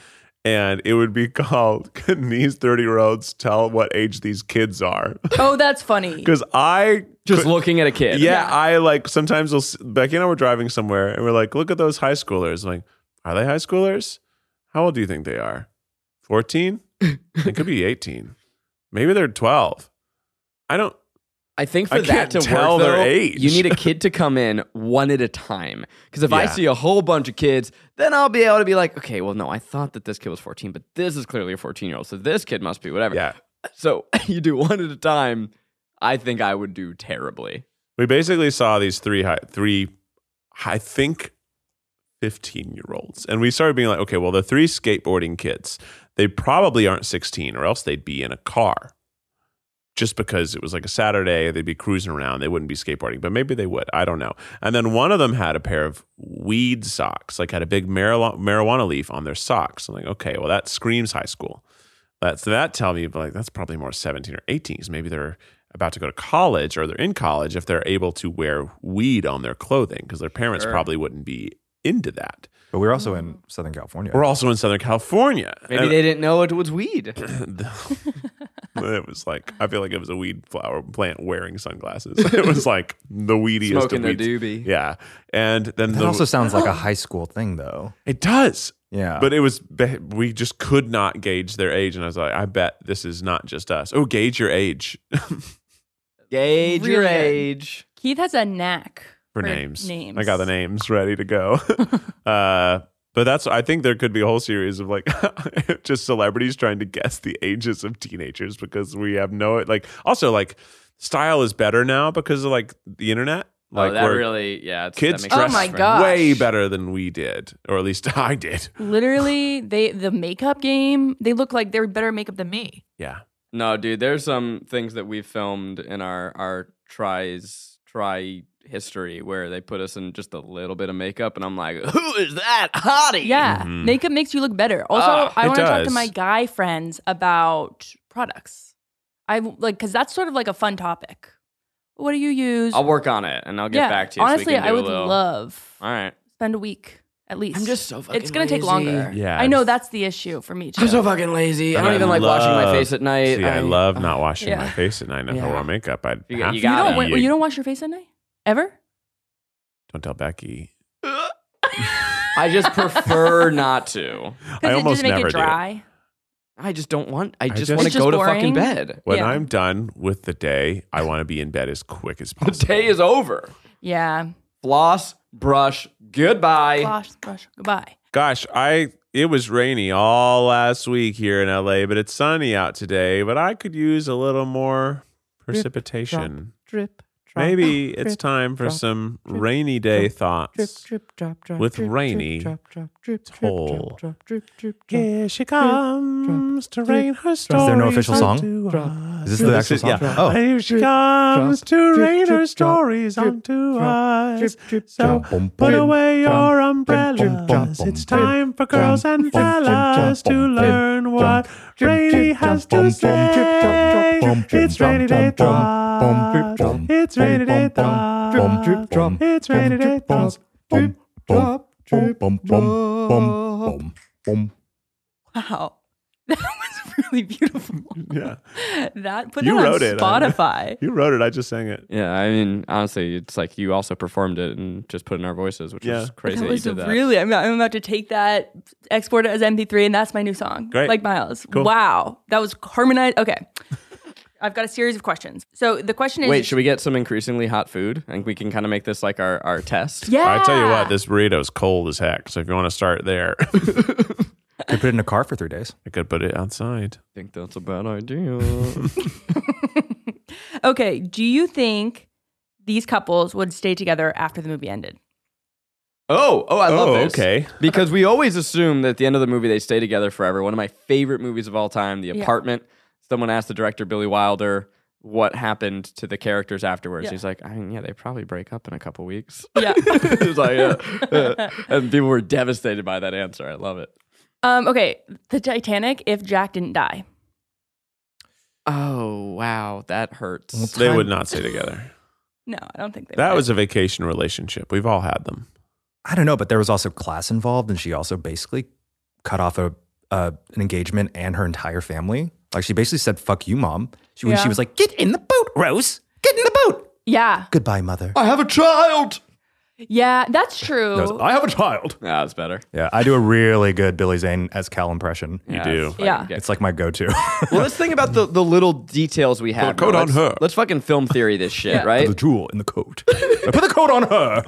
S4: and it would be called "Can these thirty-year-olds tell what age these kids are?"
S2: oh, that's funny.
S4: Because I
S5: Just
S4: could-
S5: looking at a kid.
S4: Yeah, I like sometimes we'll s- Becky and I were driving somewhere and we're like, "Look at those high schoolers." I'm like, are they high schoolers? How old do you think they are? Fourteen? They could be eighteen. Maybe they're twelve. I don't.
S5: I think for
S4: I
S5: that
S4: can't
S5: to
S4: tell
S5: work,
S4: their
S5: though,
S4: age.
S5: you need a kid to come in one at a time. Because if I
S4: Yeah.
S5: see a whole bunch of kids, then I'll be able to be like, okay, well, no, I thought that this kid was 14, but this is clearly a 14 year old, so this kid must be whatever.
S4: Yeah.
S5: So you do one at a time. I think I would do terribly.
S4: We basically saw these three high, three I think 15 year olds. And we started being like, okay, well, the three skateboarding kids, they probably aren't 16 or else they'd be in a car just because it was like a Saturday, they'd be cruising around. They wouldn't be skateboarding, but maybe they would. I don't know. And then one of them had a pair of weed socks, like had a big marila- marijuana leaf on their socks. I'm like, okay, well, that screams high school. That's that tell me like that's probably more 17 or 18s. Maybe they're about to go to college or they're in college if they're able to wear weed on their clothing because their parents
S5: Sure.
S4: probably wouldn't be into that.
S3: But we're also in Southern California.
S4: We're also in Southern California.
S5: Maybe
S4: And-
S5: they didn't know it was weed.
S4: it was like I feel like it was a weed flower plant wearing sunglasses. It was like the weediest
S5: Smoking
S4: of
S5: their
S4: weeds.
S5: doobie.
S4: Yeah, and then
S3: that
S4: the,
S3: also sounds
S5: Oh.
S3: like a high school thing, though.
S4: it does.
S3: Yeah.
S4: But it was be- we just could not gauge their age, and I was like, I bet this is not just us. Oh, gauge your age
S5: Gauge your
S2: Really good.
S5: age.
S2: Keith has a knack
S4: for names.
S2: Names.
S4: I got the names ready to go. uh, but that's I think there could be a whole series of like just celebrities trying to guess the ages of teenagers because we have no like also like style is better now because of like the internet. Like
S5: oh, that
S4: we're-
S5: really, yeah. It's,
S4: kids
S5: that makes
S4: dress
S2: Oh my
S5: sense.
S2: gosh.
S4: way better than we did, or at least I did.
S2: Literally, they the makeup game. They look like they're better makeup than me.
S4: Yeah,
S5: No, dude, there's some things that we filmed in our our tries try history where they put us in just a little bit of makeup, and I'm like, who is that hottie?
S2: Yeah,
S4: Mhm.
S2: makeup makes you look better. Also,
S5: Ah,
S4: it
S2: I want to talk to
S4: does.
S2: my guy friends about products. I like because that's sort of like a fun topic. What do you use?
S5: I'll work on it, and I'll get
S2: yeah,
S5: back to you. so we
S2: honestly,
S5: can do
S2: I
S5: a
S2: would
S5: little-
S2: love
S5: All right.
S2: spend a week at least.
S5: so
S2: it's gonna take longer.
S4: Yeah,
S2: I know
S4: it's-
S2: that's the issue for me too.
S5: I'm so fucking lazy. I
S4: And
S5: don't
S4: I
S5: even like washing my
S4: love-
S5: face at night. Oh,
S4: see, I, love not washing
S2: yeah.
S4: my face at night. If I
S5: Yeah.
S4: wore makeup, I'd
S5: You-
S4: have
S5: you
S4: to
S2: you
S5: got
S2: don't
S4: be-
S2: wa- you don't wash your face at night ever.
S4: Don't tell Becky.
S5: I just prefer not to.
S4: I
S2: Because it
S4: almost
S2: doesn't make
S4: never
S2: it
S4: do.
S2: dry.
S5: I just don't want. I just
S4: just-
S5: want
S4: It's
S5: to
S2: just
S5: go to
S2: boring.
S5: fucking bed.
S4: When
S2: Yeah.
S4: I'm done with the day, I want to be in bed as quick as
S5: The
S4: possible.
S5: day is over.
S2: Yeah.
S5: Floss, brush, goodbye.
S2: Wash, brush, goodbye.
S4: Gosh, I it was rainy all last week here in LA, but it's sunny out today. But I could use a little more precipitation.
S9: drip, drop,
S4: Maybe
S9: drip,
S4: it's time for
S9: drop,
S4: some
S9: drip,
S4: rainy day
S9: drop, Drip,
S4: thoughts.
S9: drip, drop, drop.
S4: with
S9: drip, drip,
S4: rainy
S9: drop, drop, drip, drip,
S4: toll.
S9: drop, drop, drip, drip, drop.
S4: Here she comes to rain her stories.
S3: Is there no official song? Is this the
S4: This
S3: actual
S4: is-
S3: song?
S4: yeah.
S3: Oh.
S4: Here she comes to
S9: drip,
S4: rain her
S9: drip,
S4: stories
S9: drip,
S4: onto
S9: drip,
S4: us.
S9: drip, drip,
S4: So
S9: drop,
S4: put
S9: drip,
S4: away
S9: drop,
S4: your
S9: drip, drop,
S4: umbrellas. It's
S9: drip,
S4: time for girls and
S9: drip, drip,
S4: fellas to
S9: drop, drip,
S4: learn what
S9: drip,
S4: Rainy
S9: drip,
S4: has
S9: drop,
S4: to
S9: drip, drip,
S4: say.
S9: drop, drop, drip,
S4: It's rainy day
S9: drop, drop,
S4: thoughts.
S9: drip, drop,
S4: It's rainy day
S9: Drip, drip,
S4: thoughts.
S9: drop,
S4: It's rainy day
S9: drip,
S4: thoughts.
S9: drip, drop, drip, drop.
S2: Wow. That was really beautiful.
S4: Yeah.
S2: That put
S4: You
S2: that
S4: wrote
S2: on
S4: it, I know.
S2: Spotify.
S4: You wrote it. I just sang it.
S5: Yeah, I mean, honestly, it's like you also performed it and just put in our voices, which
S4: Yeah.
S5: is crazy.
S2: That
S5: that you
S2: was
S5: did that.
S2: really. I'm, I'm about to take that, export it as MP3, and that's my new song.
S4: Great.
S2: Like Miles.
S4: Cool.
S2: Wow. That was harmonized. Okay. I've got a series of questions. So the question is.
S5: Wait, should we get some increasingly hot food? I think we can kind of make this like our, our test.
S2: Yeah.
S4: I tell you what, this burrito's cold as heck. So if you want to start there,
S3: Could put it in a car for three days.
S4: I could put it outside.
S5: I think that's a bad idea.
S2: okay. Do you think these couples would stay together after the movie ended?
S5: oh, oh, I love
S4: Oh,
S5: this.
S4: okay.
S5: Because we always assume that at the end of the movie they stay together forever. One of my favorite movies of all time, The
S2: Yeah.
S5: Apartment. Someone asked the director Billy Wilder what happened to the characters afterwards.
S2: Yeah.
S5: He's like, I mean, yeah, they probably break up in a couple weeks.
S2: Yeah.
S5: It was like, uh, uh, and people were devastated by that answer. I love it.
S2: um, okay. The Titanic, if Jack didn't die.
S5: Oh wow, that hurts.
S4: They would not stay together.
S2: No, I don't think they
S4: That
S2: would.
S4: was a vacation relationship. We've all had them.
S3: I don't know, but there was also class involved, and she also basically cut off a uh, an engagement and her entire family. Like she basically said, "Fuck you, mom." She, when
S2: Yeah.
S3: she was like, "Get in the boat, Rose. Get in the boat."
S2: Yeah.
S3: Goodbye, mother.
S2: Oh.
S5: I have a child.
S2: Yeah. That's true.
S3: That was, I have a child.
S5: Nah, Ah, that's better.
S3: Yeah, I do a really good Billy Zane as Cal impression.
S4: You do.
S2: Yeah.
S3: It's like my go-to.
S5: Well, let's think about the, the little details we have.
S4: coat
S5: now.
S4: on
S5: let's,
S4: her.
S5: Let's fucking film theory this shit,
S2: Yeah.
S5: right?
S3: the jewel in the coat. I put the coat on her.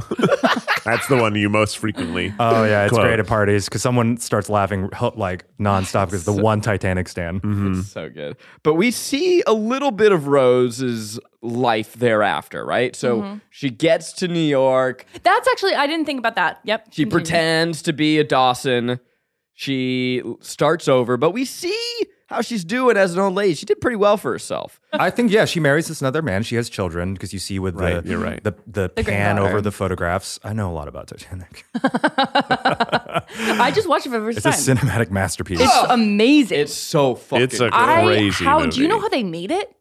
S4: That's the one you most frequently.
S3: Oh yeah, it's
S4: quote.
S3: great at parties because someone starts laughing h- like nonstop because the one Titanic stand.
S5: So good. But we see a little bit of Rose's life thereafter, right? So
S2: Mm-hmm.
S5: she gets to New York.
S2: That's actually I didn't think about that. Yep.
S5: She
S2: Continue.
S5: pretends to be a Dawson. She starts over, but we see how she's doing as an old lady. She did pretty well for herself.
S3: I think yeah, she marries this another man. She has children because you see with
S4: Right,
S3: the
S4: you're right.
S3: the the, pan
S2: granddaughter.
S3: over the photographs. I know a lot about Titanic.
S2: I just watched it for the first
S3: It's a
S2: time.
S3: cinematic masterpiece.
S2: it's amazing.
S5: It's so fucking.
S4: It's a
S2: I
S4: crazy
S2: how
S4: movie.
S2: do you know how they made it?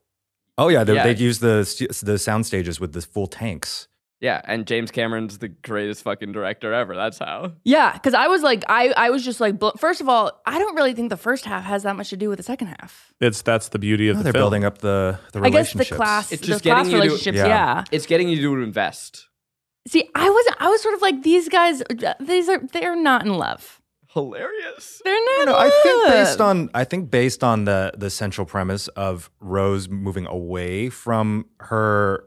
S3: oh yeah, they,
S5: Yeah.
S3: they use the st- the sound stages with the full tanks.
S5: yeah, and James Cameron's the greatest fucking director ever. That's how.
S2: Yeah, because I was like, I I was just like, bl- first of all, I don't really think the first half has that much to do with the second half.
S4: It's that's the beauty of
S3: No,
S4: the
S3: Oh, they're
S4: film.
S3: building up the the
S2: I guess the
S3: relationships.
S2: class,
S5: It's
S2: the
S5: just
S2: class
S5: getting you to-
S2: relationships.
S3: Yeah.
S2: yeah.
S5: It's getting you to invest.
S2: See, I was I was sort of like these guys. These are they're not in love.
S5: Hilarious.
S2: They're not.
S3: No,
S2: in
S3: I think based
S2: love.
S3: on I think based on the the central premise of Rose moving away from her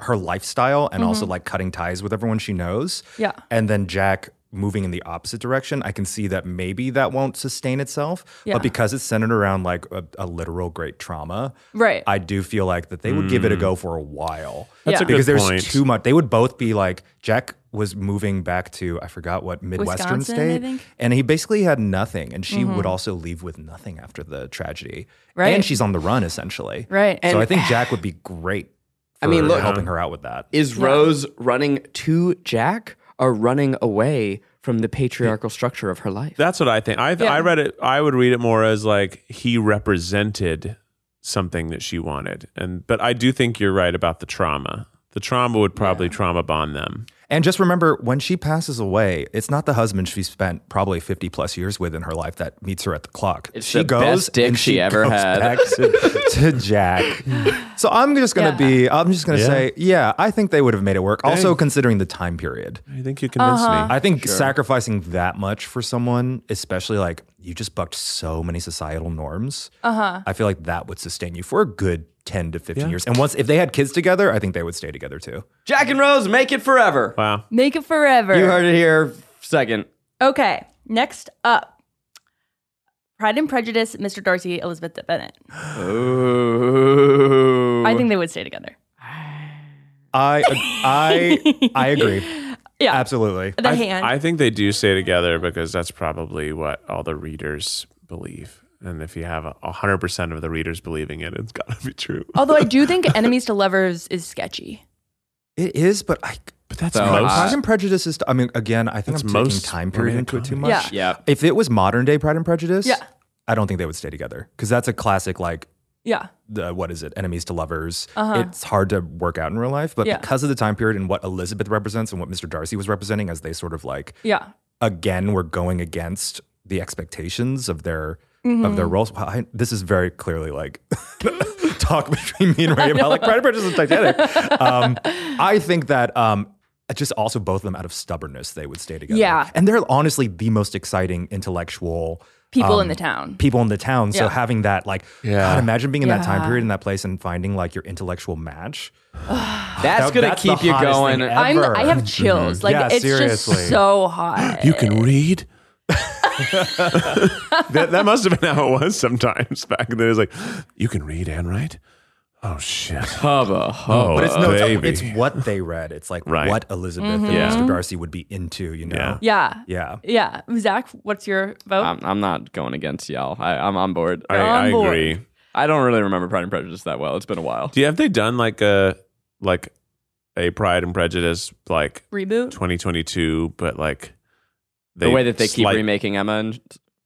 S3: her lifestyle and also like cutting ties with everyone she knows.
S2: Mm-hmm. Yeah.
S3: And then Jack moving in the opposite direction, I can see that maybe that won't sustain itself.
S2: Yeah.
S3: But because it's centered around like a, a literal great trauma,
S2: right.
S3: I do feel like that they would give it
S5: Mm.
S3: a go for a while.
S2: That's a Yeah. good
S3: because there's
S4: point.
S3: too much. They would both be like Jack was moving back to I forgot what Midwestern
S2: Wisconsin, I
S3: state,
S2: think. Mm-hmm.
S3: and he basically had nothing, and she would also leave with nothing after the tragedy.
S2: Right.
S3: and she's on the run essentially.
S2: Right.
S3: so
S5: And-
S3: I think Jack would be great.
S5: I mean,
S3: for
S5: look-
S3: helping her out with that.
S5: Is Rose running to Jack or running away from the patriarchal structure of her life?
S4: That's what I think. I I read it. I would read it more as like he represented something that she wanted, and but I do think you're right about the trauma. The trauma would probably trauma bond them.
S3: And just remember, when she passes away, it's not the husband she spent probably fifty plus years with in her life that meets her at the clock.
S5: It's
S3: she
S5: the
S3: goes
S5: best dick
S3: and
S5: she ever
S3: goes
S5: had.
S3: back to, to Jack. So I'm just gonna be. I'm just gonna
S4: Yeah.
S3: say, yeah, I think they would have made it work. Also,
S4: Hey.
S3: considering the time period,
S4: I think you convinced
S2: Uh-huh.
S4: me.
S3: I think sacrificing that much for someone, especially like you just bucked so many societal norms. Uh
S4: Uh-huh.
S3: huh. I feel like that would sustain you for a good ten to fifteen years. And once if they had kids together, I think they would stay together too.
S5: Jack and Rose make it forever.
S4: Wow.
S2: Make it forever.
S5: You heard it here second.
S2: okay. Next up, Pride and Prejudice. Mr. Darcy, Elizabeth Bennet.
S5: Ooh.
S2: I think they would stay together.
S3: I I I agree.
S2: Yeah.
S3: Absolutely.
S2: The
S4: I,
S2: hand.
S4: I think they do stay together because that's probably what all the readers believe. And if you have a 100% of the readers believing it, it's got to be true.
S2: Although I do think enemies to lovers is sketchy.
S3: It is, but I.
S4: But that's
S5: So
S4: most.
S5: hot.
S3: Pride and Prejudice is. I mean, again, I think
S4: That's
S3: I'm taking
S4: most
S3: time period
S4: romantic
S3: into it too
S4: comedy.
S3: much.
S5: Yeah.
S3: If it was modern day Pride and Prejudice,
S2: Yeah.
S3: I don't think they would stay together because that's a classic like
S2: Yeah.
S3: the what is it enemies to lovers.
S2: Uh-huh.
S3: It's hard to work out in real life, but
S2: Yeah.
S3: because of the time period and what Elizabeth represents and what Mr. Darcy was representing, as they sort of like
S2: Yeah.
S3: again were going against the expectations of their. Of
S2: Mm-hmm.
S3: their roles, wow, I, this is very clearly like talk between me and Ray about like Pride and Prejudice and Titanic. Um, I think that um, just also both of them out of stubbornness they would stay together.
S2: Yeah.
S3: and they're honestly the most exciting intellectual
S2: People
S3: um,
S2: in the town.
S3: people in the town. So
S2: Yeah.
S3: having that, like, God, imagine being in that time
S2: Yeah.
S3: period in that place and finding like your intellectual match.
S5: That's
S3: That-
S5: gonna
S3: that's
S5: keep
S3: the
S5: you
S3: hottest
S5: going.
S3: thing
S2: I'm,
S3: ever.
S2: I have chills. Like
S3: Yeah,
S2: it's
S3: seriously.
S2: just so hot.
S4: You can read. that, that must have been how it was sometimes back then. It was like, you can read and write? Oh, shit.
S5: Hubba hubba.
S4: Oh,
S3: But it's no,
S4: baby.
S3: it's, it's what they read. It's like
S4: Right.
S3: what Elizabeth and
S2: Mm-hmm.
S4: Yeah.
S3: Mr. Darcy would be into, you know?
S2: Yeah.
S3: Yeah.
S2: Yeah. Zach, what's your vote?
S4: Um,
S5: I'm, I'm not going against y'all. I, I'm on board.
S4: I,
S5: I,
S2: on
S4: I
S2: board.
S4: agree.
S5: I don't really remember Pride and Prejudice that well. It's been a while.
S4: Do you, have they done like a, like a Pride and Prejudice, like
S2: Reboot?
S4: 2022, but like
S5: the way that they keep
S4: slight-
S5: remaking Emma and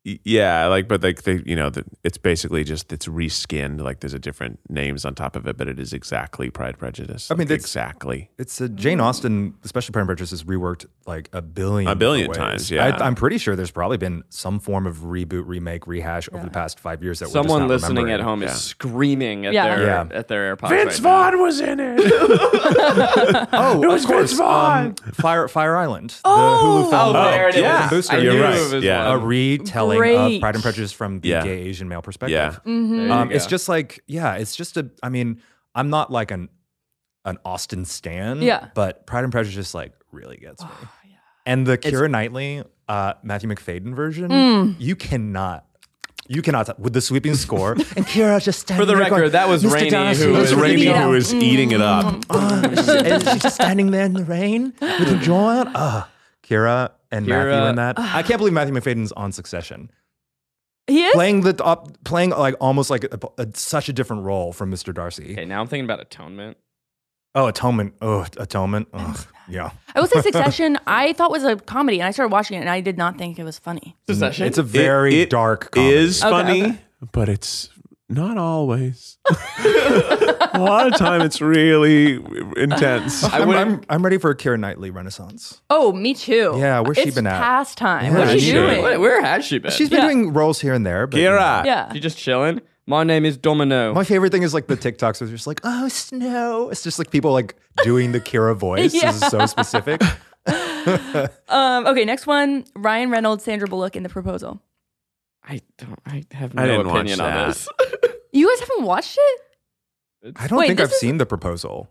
S4: Yeah, like, but like they, you know, the, it's basically just it's reskinned. Like, there's a different names on top of it, but it is exactly Pride Prejudice.
S3: I mean,
S4: Like,
S3: that's-
S4: exactly.
S3: It's a Jane Austen, especially Pride and Prejudice, has reworked like a billion,
S4: A billion
S3: ways.
S4: times, yeah.
S3: I, I'm pretty sure there's probably been some form of reboot, remake, rehash over the past five years that we're just
S5: someone
S3: not
S5: listening at
S3: remembering.
S5: home
S4: Yeah.
S5: is screaming at
S2: Yeah.
S5: their
S3: Yeah.
S5: at their AirPods. right now.
S4: Vaughn was in it.
S3: Oh,
S4: was
S3: of course,
S4: Vince Vaughn.
S3: um, Fire Fire Island, oh, the Hulu film.
S5: there it is.
S3: yeah.
S5: I
S3: Booster.
S5: knew
S4: You're right.
S5: it was
S4: Yeah.
S3: a
S5: one.
S3: retelling
S2: Great.
S3: of Pride and Prejudice from the
S4: Yeah.
S3: gay Asian male
S4: yeah,
S3: perspective.
S5: There
S2: Mm-hmm.
S5: you
S3: Um, it's
S5: go.
S3: just like, yeah, it's just a. I mean, I'm not like an an Austin stan,
S2: Yeah. Ah,
S3: but Pride and Prejudice like really gets me.
S2: yeah.
S3: And the Kira Knightley, uh, Matthew McFadden version,
S2: Mm.
S3: you cannot. You cannot t- with the sweeping score and Kira just standing
S5: For the
S3: there going,
S5: record, that was
S3: "Mr.
S5: Rainey
S3: Darcy,
S5: who
S3: Mr.
S5: was-
S3: Darcy."
S4: Rainey who is eating it
S2: Mm-hmm.
S4: up.
S3: Oh, and she's just standing there in the rain with her jaw out. Ah, Kira and Matthew
S5: Kira-
S3: in that. I can't believe Matthew McFadden's on Succession,
S2: He is?
S3: playing the op, playing like almost like a, a- such a different role from Mr. Darcy.
S5: Okay, now I'm thinking about atonement.
S3: Oh, Atonement. Oh, Atonement. Ugh, yeah.
S2: I will say Succession, I thought was a comedy, and I started watching it, and I did not think it was funny.
S5: Succession.
S3: It's a very
S4: it
S3: dark comedy.
S4: Is
S2: Okay,
S4: funny,
S2: okay.
S4: but it's not always. a lot of time, it's really intense.
S3: I'm, I'm,
S5: wouldn't-
S3: I'm ready for a Kira Knightley renaissance.
S2: Oh, me too.
S3: Yeah, where's she
S2: It's
S3: been at?
S2: Past time.
S3: Yeah,
S2: what are you
S4: she-
S2: doing?
S5: Wait, where has she been?
S3: She's been
S2: Yeah.
S3: doing roles here and there, but
S4: Kira,
S2: yeah.
S5: She just chilling. My name is Domino.
S3: My favorite thing is like the TikToks where it's just like, oh, snow. It's just like people like doing the Kira voice.
S2: Yeah.
S3: This is so specific.
S2: Um, okay, next one: Ryan Reynolds, Sandra Bullock in The Proposal.
S5: I don't. I have no
S4: I didn't watch
S5: opinion on
S4: that.
S5: this.
S2: You guys haven't watched it?
S3: I don't
S2: Wait,
S3: think
S2: this
S3: I've
S2: is-
S3: seen the proposal,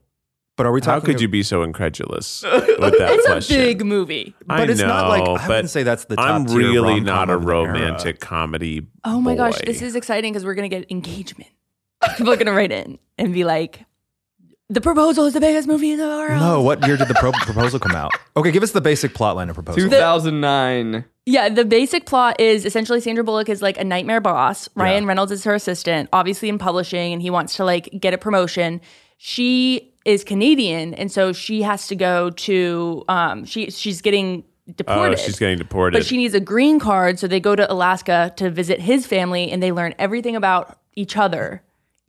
S3: but are we talking?
S4: how could
S3: of-
S4: you be so incredulous with that
S2: It's
S4: question?
S2: a big movie.
S4: I
S3: But it's not like-
S4: know,
S3: I
S4: but
S3: wouldn't say that's the
S4: I'm
S3: top-tier
S4: really
S3: rom-com
S4: not a
S3: of the era.
S4: romantic comedy.
S2: Oh my gosh,
S4: boy.
S2: this is exciting because we're gonna get engagement. People are gonna write in and be like, "The Proposal is the biggest movie in the world."
S3: No, what year did the pro- proposal come out? Okay, give us the basic plotline of proposal.
S5: 2009.
S2: Yeah, the basic plot is essentially Sandra Bullock is like a nightmare boss. Ryan Reynolds is her assistant, obviously in publishing, and he wants to like get a promotion. She is Canadian, and so she has to go to um she she's getting
S4: Oh,
S2: deported.
S4: she's getting deported.
S2: but she needs a green card, so they go to Alaska to visit his family and they learn everything about each other.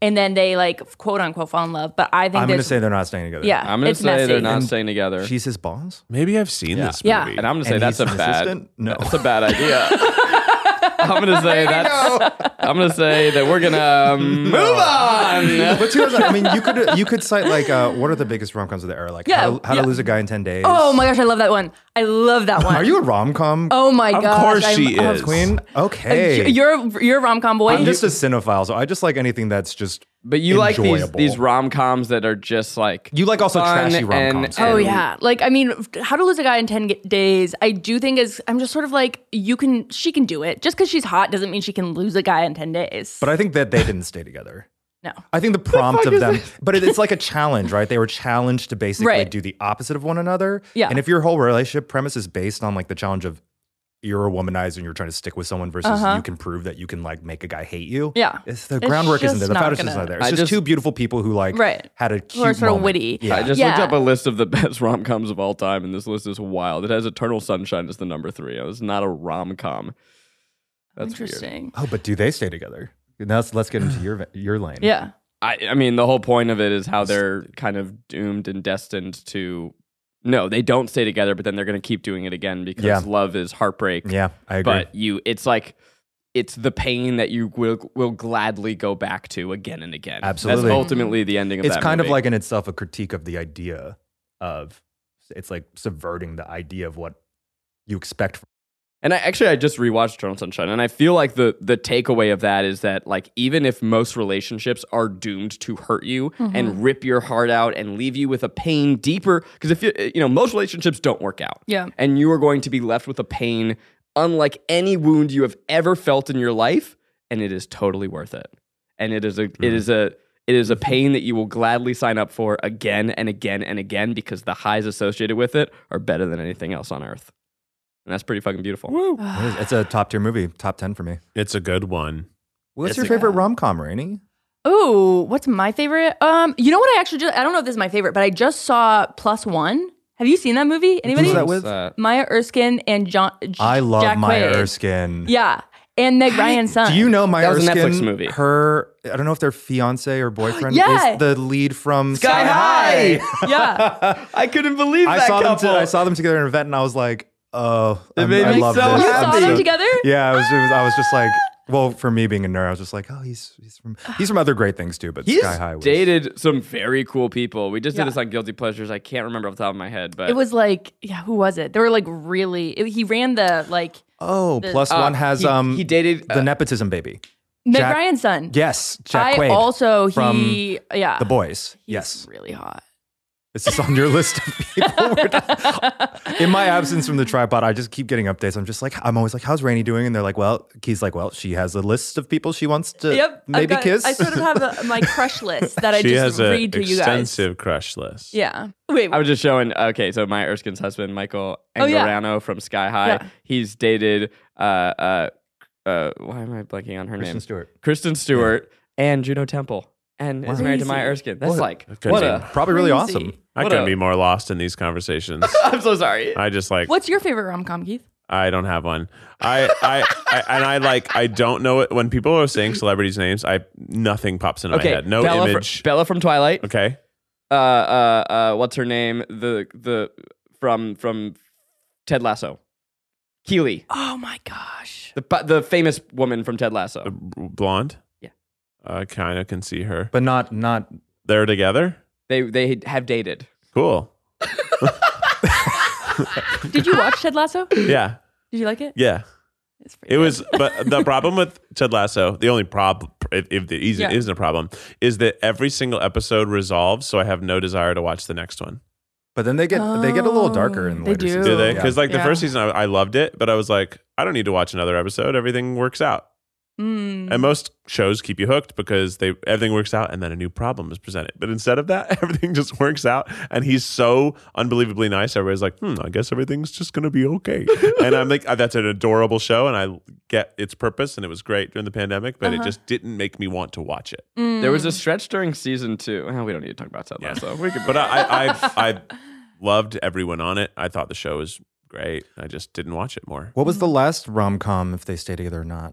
S2: And then they like quote unquote fall in love. But I think
S3: I'm going to
S2: there's-
S3: say they're not staying together.
S2: yeah,
S5: I'm gonna
S2: it's
S5: say
S2: messy.
S5: they're not staying together.
S3: She's his boss?
S4: Maybe I've seen this
S2: Yeah.
S4: movie.
S5: and I'm gonna say
S3: And
S5: that's a
S3: he's an
S5: bad.
S3: assistant? No.
S5: That's a bad idea. I'm gonna say that's. I'm gonna say that we're gonna um, move on.
S3: But 2000 I mean, you could you could cite like uh, what are the biggest rom coms of the era? Like
S2: Yeah,
S3: how, to, how
S2: yeah.
S3: to lose a guy in ten days.
S2: Oh my gosh, I love that one. I love that one.
S3: Are you a rom com
S2: Oh my
S4: of
S2: gosh. oh,
S4: course
S2: I'm-
S4: she is.
S3: queen? Okay,
S2: Uh, You're you're a rom com boy.
S3: I'm just a cinephile, so I just like anything that's just.
S5: But you like
S3: enjoyable.
S5: these these rom coms that are just like
S3: You like also
S5: fun
S3: trashy rom-coms.
S5: and-
S2: Oh
S5: and-
S2: yeah, like I mean, how to lose a guy in ten g- days? I do think is I'm just sort of like you can she can do it. Just because she's hot doesn't mean she can lose a guy in ten days.
S3: But I think that they didn't stay together.
S2: no,
S3: I think the prompt of them, but it, it's like a challenge, right? They were challenged to basically
S2: Right.
S3: do the opposite of one another.
S2: Yeah.
S3: And if your whole relationship premise is based on like the challenge of you're a womanizer and you're trying to stick with someone versus
S2: Uh-huh.
S3: you can prove that you can like make a guy hate you.
S2: Yeah.
S3: It's the
S2: It's
S3: groundwork isn't
S2: just
S3: there. The
S2: not
S3: foundation's
S2: gonna-
S3: not there. It's
S5: I
S3: just,
S5: just-
S3: two beautiful people who like
S2: Right.
S3: had a
S2: Who
S3: cute
S2: are sort of
S3: moment.
S2: witty.
S3: Yeah.
S5: I just
S2: Yeah.
S5: looked up a list of the best rom coms of all time, and this list is wild. It has Eternal Sunshine as the number three. It's not a rom com. That's weird.
S2: interesting.
S3: oh, but do they stay together? Now let's, let's get into your your lane.
S2: Yeah,
S5: I, I mean, the whole point of it is how they're kind of doomed and destined to. No, they don't stay together, but then they're going to keep doing it again because
S3: Yeah.
S5: love is heartbreak.
S3: Yeah, I agree.
S5: But you, it's like it's the pain that you will will gladly go back to again and again.
S3: Absolutely.
S5: that's ultimately the ending of
S3: it's
S5: that
S3: kind of
S5: movie.
S3: like in itself a critique of the idea of it's like subverting the idea of what you expect from
S5: And I actually I just rewatched Eternal Sunshine, and I feel like the the takeaway of that is that like even if most relationships are doomed to hurt you and rip your heart out and leave you with a pain deeper, because if you you know most relationships don't work out,
S2: Yeah.
S5: and you are going to be left with a pain unlike any wound you have ever felt in your life, and it is totally worth it, and it is a
S3: Mm.
S5: it is a it is a pain that you will gladly sign up for again and again and again because the highs associated with it are better than anything else on earth. And that's pretty fucking beautiful.
S3: It is- It's a top tier movie, top 10 for me.
S4: It's a good one.
S3: What's
S4: It's
S3: your
S4: a-
S3: favorite rom com, Rainey?
S2: Oh, what's my favorite? Um, you know what? I actually just I don't know if this is my favorite, but I just saw Plus One. Have you seen that movie? Anybody?
S3: that with?
S5: Uh,
S2: Maya Erskine and John. J-
S3: I love
S2: Jack
S3: Maya
S2: Quaid.
S3: Erskine.
S2: Yeah, and Meg Ryan's son.
S3: Do you know Maya
S5: That was a
S3: Erskine?
S5: Netflix movie.
S3: Her, I don't know if their fiance or boyfriend
S2: Yeah.
S3: is the lead from
S5: Sky High.
S2: Yeah.
S5: I couldn't believe
S3: I saw them. To, I saw them together in an event, and I was like, "Oh, I'm-
S5: made
S3: I
S5: me
S3: love
S5: so
S3: this."
S2: You
S5: I'm
S2: saw
S5: so-
S2: them together?
S3: Yeah, I was. It was I was just like, well, for me being a nerd, I was just like, "Oh, he's he's from he's from other great things too." But
S5: He's
S3: Sky High was
S5: dated some very cool people. We just
S2: Yeah.
S5: did this on Guilty Pleasures. I can't remember off the top of my head, but
S2: It was like, yeah, who was it? They were like really. it- he ran the like
S3: Oh, plus
S5: Uh,
S3: one has
S5: he-
S3: um.
S5: he dated,
S3: the
S5: uh,
S3: nepotism baby.
S2: Meg
S3: Jack-
S2: Ryan's son.
S3: Yes,
S2: I
S3: Jack Quaid
S2: also
S3: from
S2: he yeah
S3: The Boys.
S2: He's
S3: Yes,
S2: really hot.
S3: It's just on your list of people. We're not- In my absence from the tripod, I just keep getting updates. I'm just like, I'm always like, how's Rainey doing? And they're like, well, Key's like, well, she has a list of people she wants to
S2: Yep. I've
S3: Uh, maybe
S2: got-
S3: kiss.
S2: I sort of have a, my crush list that I
S4: she
S2: just
S4: has a
S2: read to you guys.
S4: extensive crush list.
S2: Yeah. Wait.
S5: I was just showing. Okay, so my Erskine's husband, Michael
S2: Oh, yeah.
S5: Angarano from Sky High,
S2: Yeah.
S5: he's dated. Uh, uh, uh, why am I blanking on her name?
S3: Kristen Stewart.
S5: Kristen Stewart and Juno Temple, and is married to Maya
S2: Crazy.
S5: Erskine. That's
S3: What?
S5: like
S4: Okay.
S5: what a.
S3: Probably really
S2: Crazy.
S3: awesome.
S4: I
S5: What
S4: couldn't
S5: a-
S4: be more lost in these conversations.
S5: I'm so sorry.
S4: I just like
S2: What's your favorite rom com, Keith?
S4: I don't have one. I, I, I and I like I don't know it when people are saying celebrities' names. I nothing pops into my
S5: okay,
S4: head. No
S5: Bella fr-
S4: image.
S5: Bella from Twilight.
S4: okay,
S5: Uh, uh, uh, what's her name? The the from from Ted Lasso, Keeley,
S4: Ah.
S2: Oh my gosh.
S5: the pa- the famous woman from Ted Lasso.
S4: blonde.
S5: Yeah.
S4: I kind of can see her.
S3: But not not
S4: They're together.
S5: They they have dated.
S4: Cool.
S2: Did you watch Ted Lasso? Did
S4: Yeah.
S2: you like it?
S4: Yeah.
S2: It's pretty
S4: It
S2: good.
S4: was, but the problem with Ted Lasso, the only problem, if, if there is-
S2: Yeah.
S4: isn't a problem, is that every single episode resolves, so I have no desire to watch the next one.
S3: but then they get they get a little darker in
S2: Oh,
S3: the
S2: they
S3: later
S2: do.
S3: seasons.
S4: Do they?
S3: Yeah.
S4: Because like the
S2: Yeah.
S4: first season, I, I loved it, but I was like, I don't need to watch another episode. Everything works out,
S2: Mm.
S4: and most shows keep you hooked because they everything works out, and then a new problem is presented. But instead of that, everything just works out, and he's so unbelievably nice. Everybody's like, hmm, I guess everything's just gonna be okay. and I'm like, "Uh, that's an adorable show, and I get its purpose, and it was great during the pandemic, but
S5: Uh-huh.
S4: it just didn't make me want to watch it.
S2: Mm.
S5: There was a stretch during season two. Well, we don't need to talk about Ted
S4: Yeah.
S5: Lasso. We could,
S4: But I, I, I, I loved everyone on it. I thought the show was great. I just didn't watch it more.
S3: What was the last rom com if they stay together or not?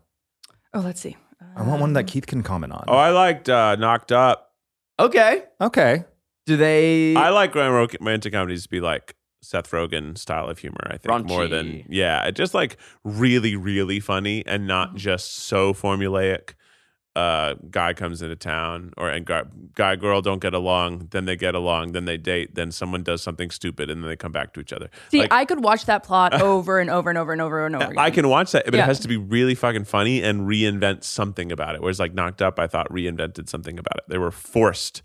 S2: Oh, let's see.
S3: I want
S2: Um,
S3: one that Keith can comment on.
S4: Oh, I liked uh, Knocked Up.
S5: okay.
S3: okay.
S5: Do they?
S4: I like rom- romantic comedies to be like Seth Rogen style of humor. I think more
S5: Raunchy.
S4: than yeah, just like really, really funny and not
S2: Mm-hmm.
S4: just so formulaic. Uh, guy comes into town, or and guy, guy girl don't get along. Then they get along. Then they date. Then someone does something stupid, and then they come back to each other.
S2: See,
S4: Like,
S2: I could watch that plot over and over and over and over and over again.
S4: I can watch that, but
S2: Yeah.
S4: it has to be really fucking funny and reinvent something about it. Whereas like Knocked Up, I thought reinvented something about it. They were forced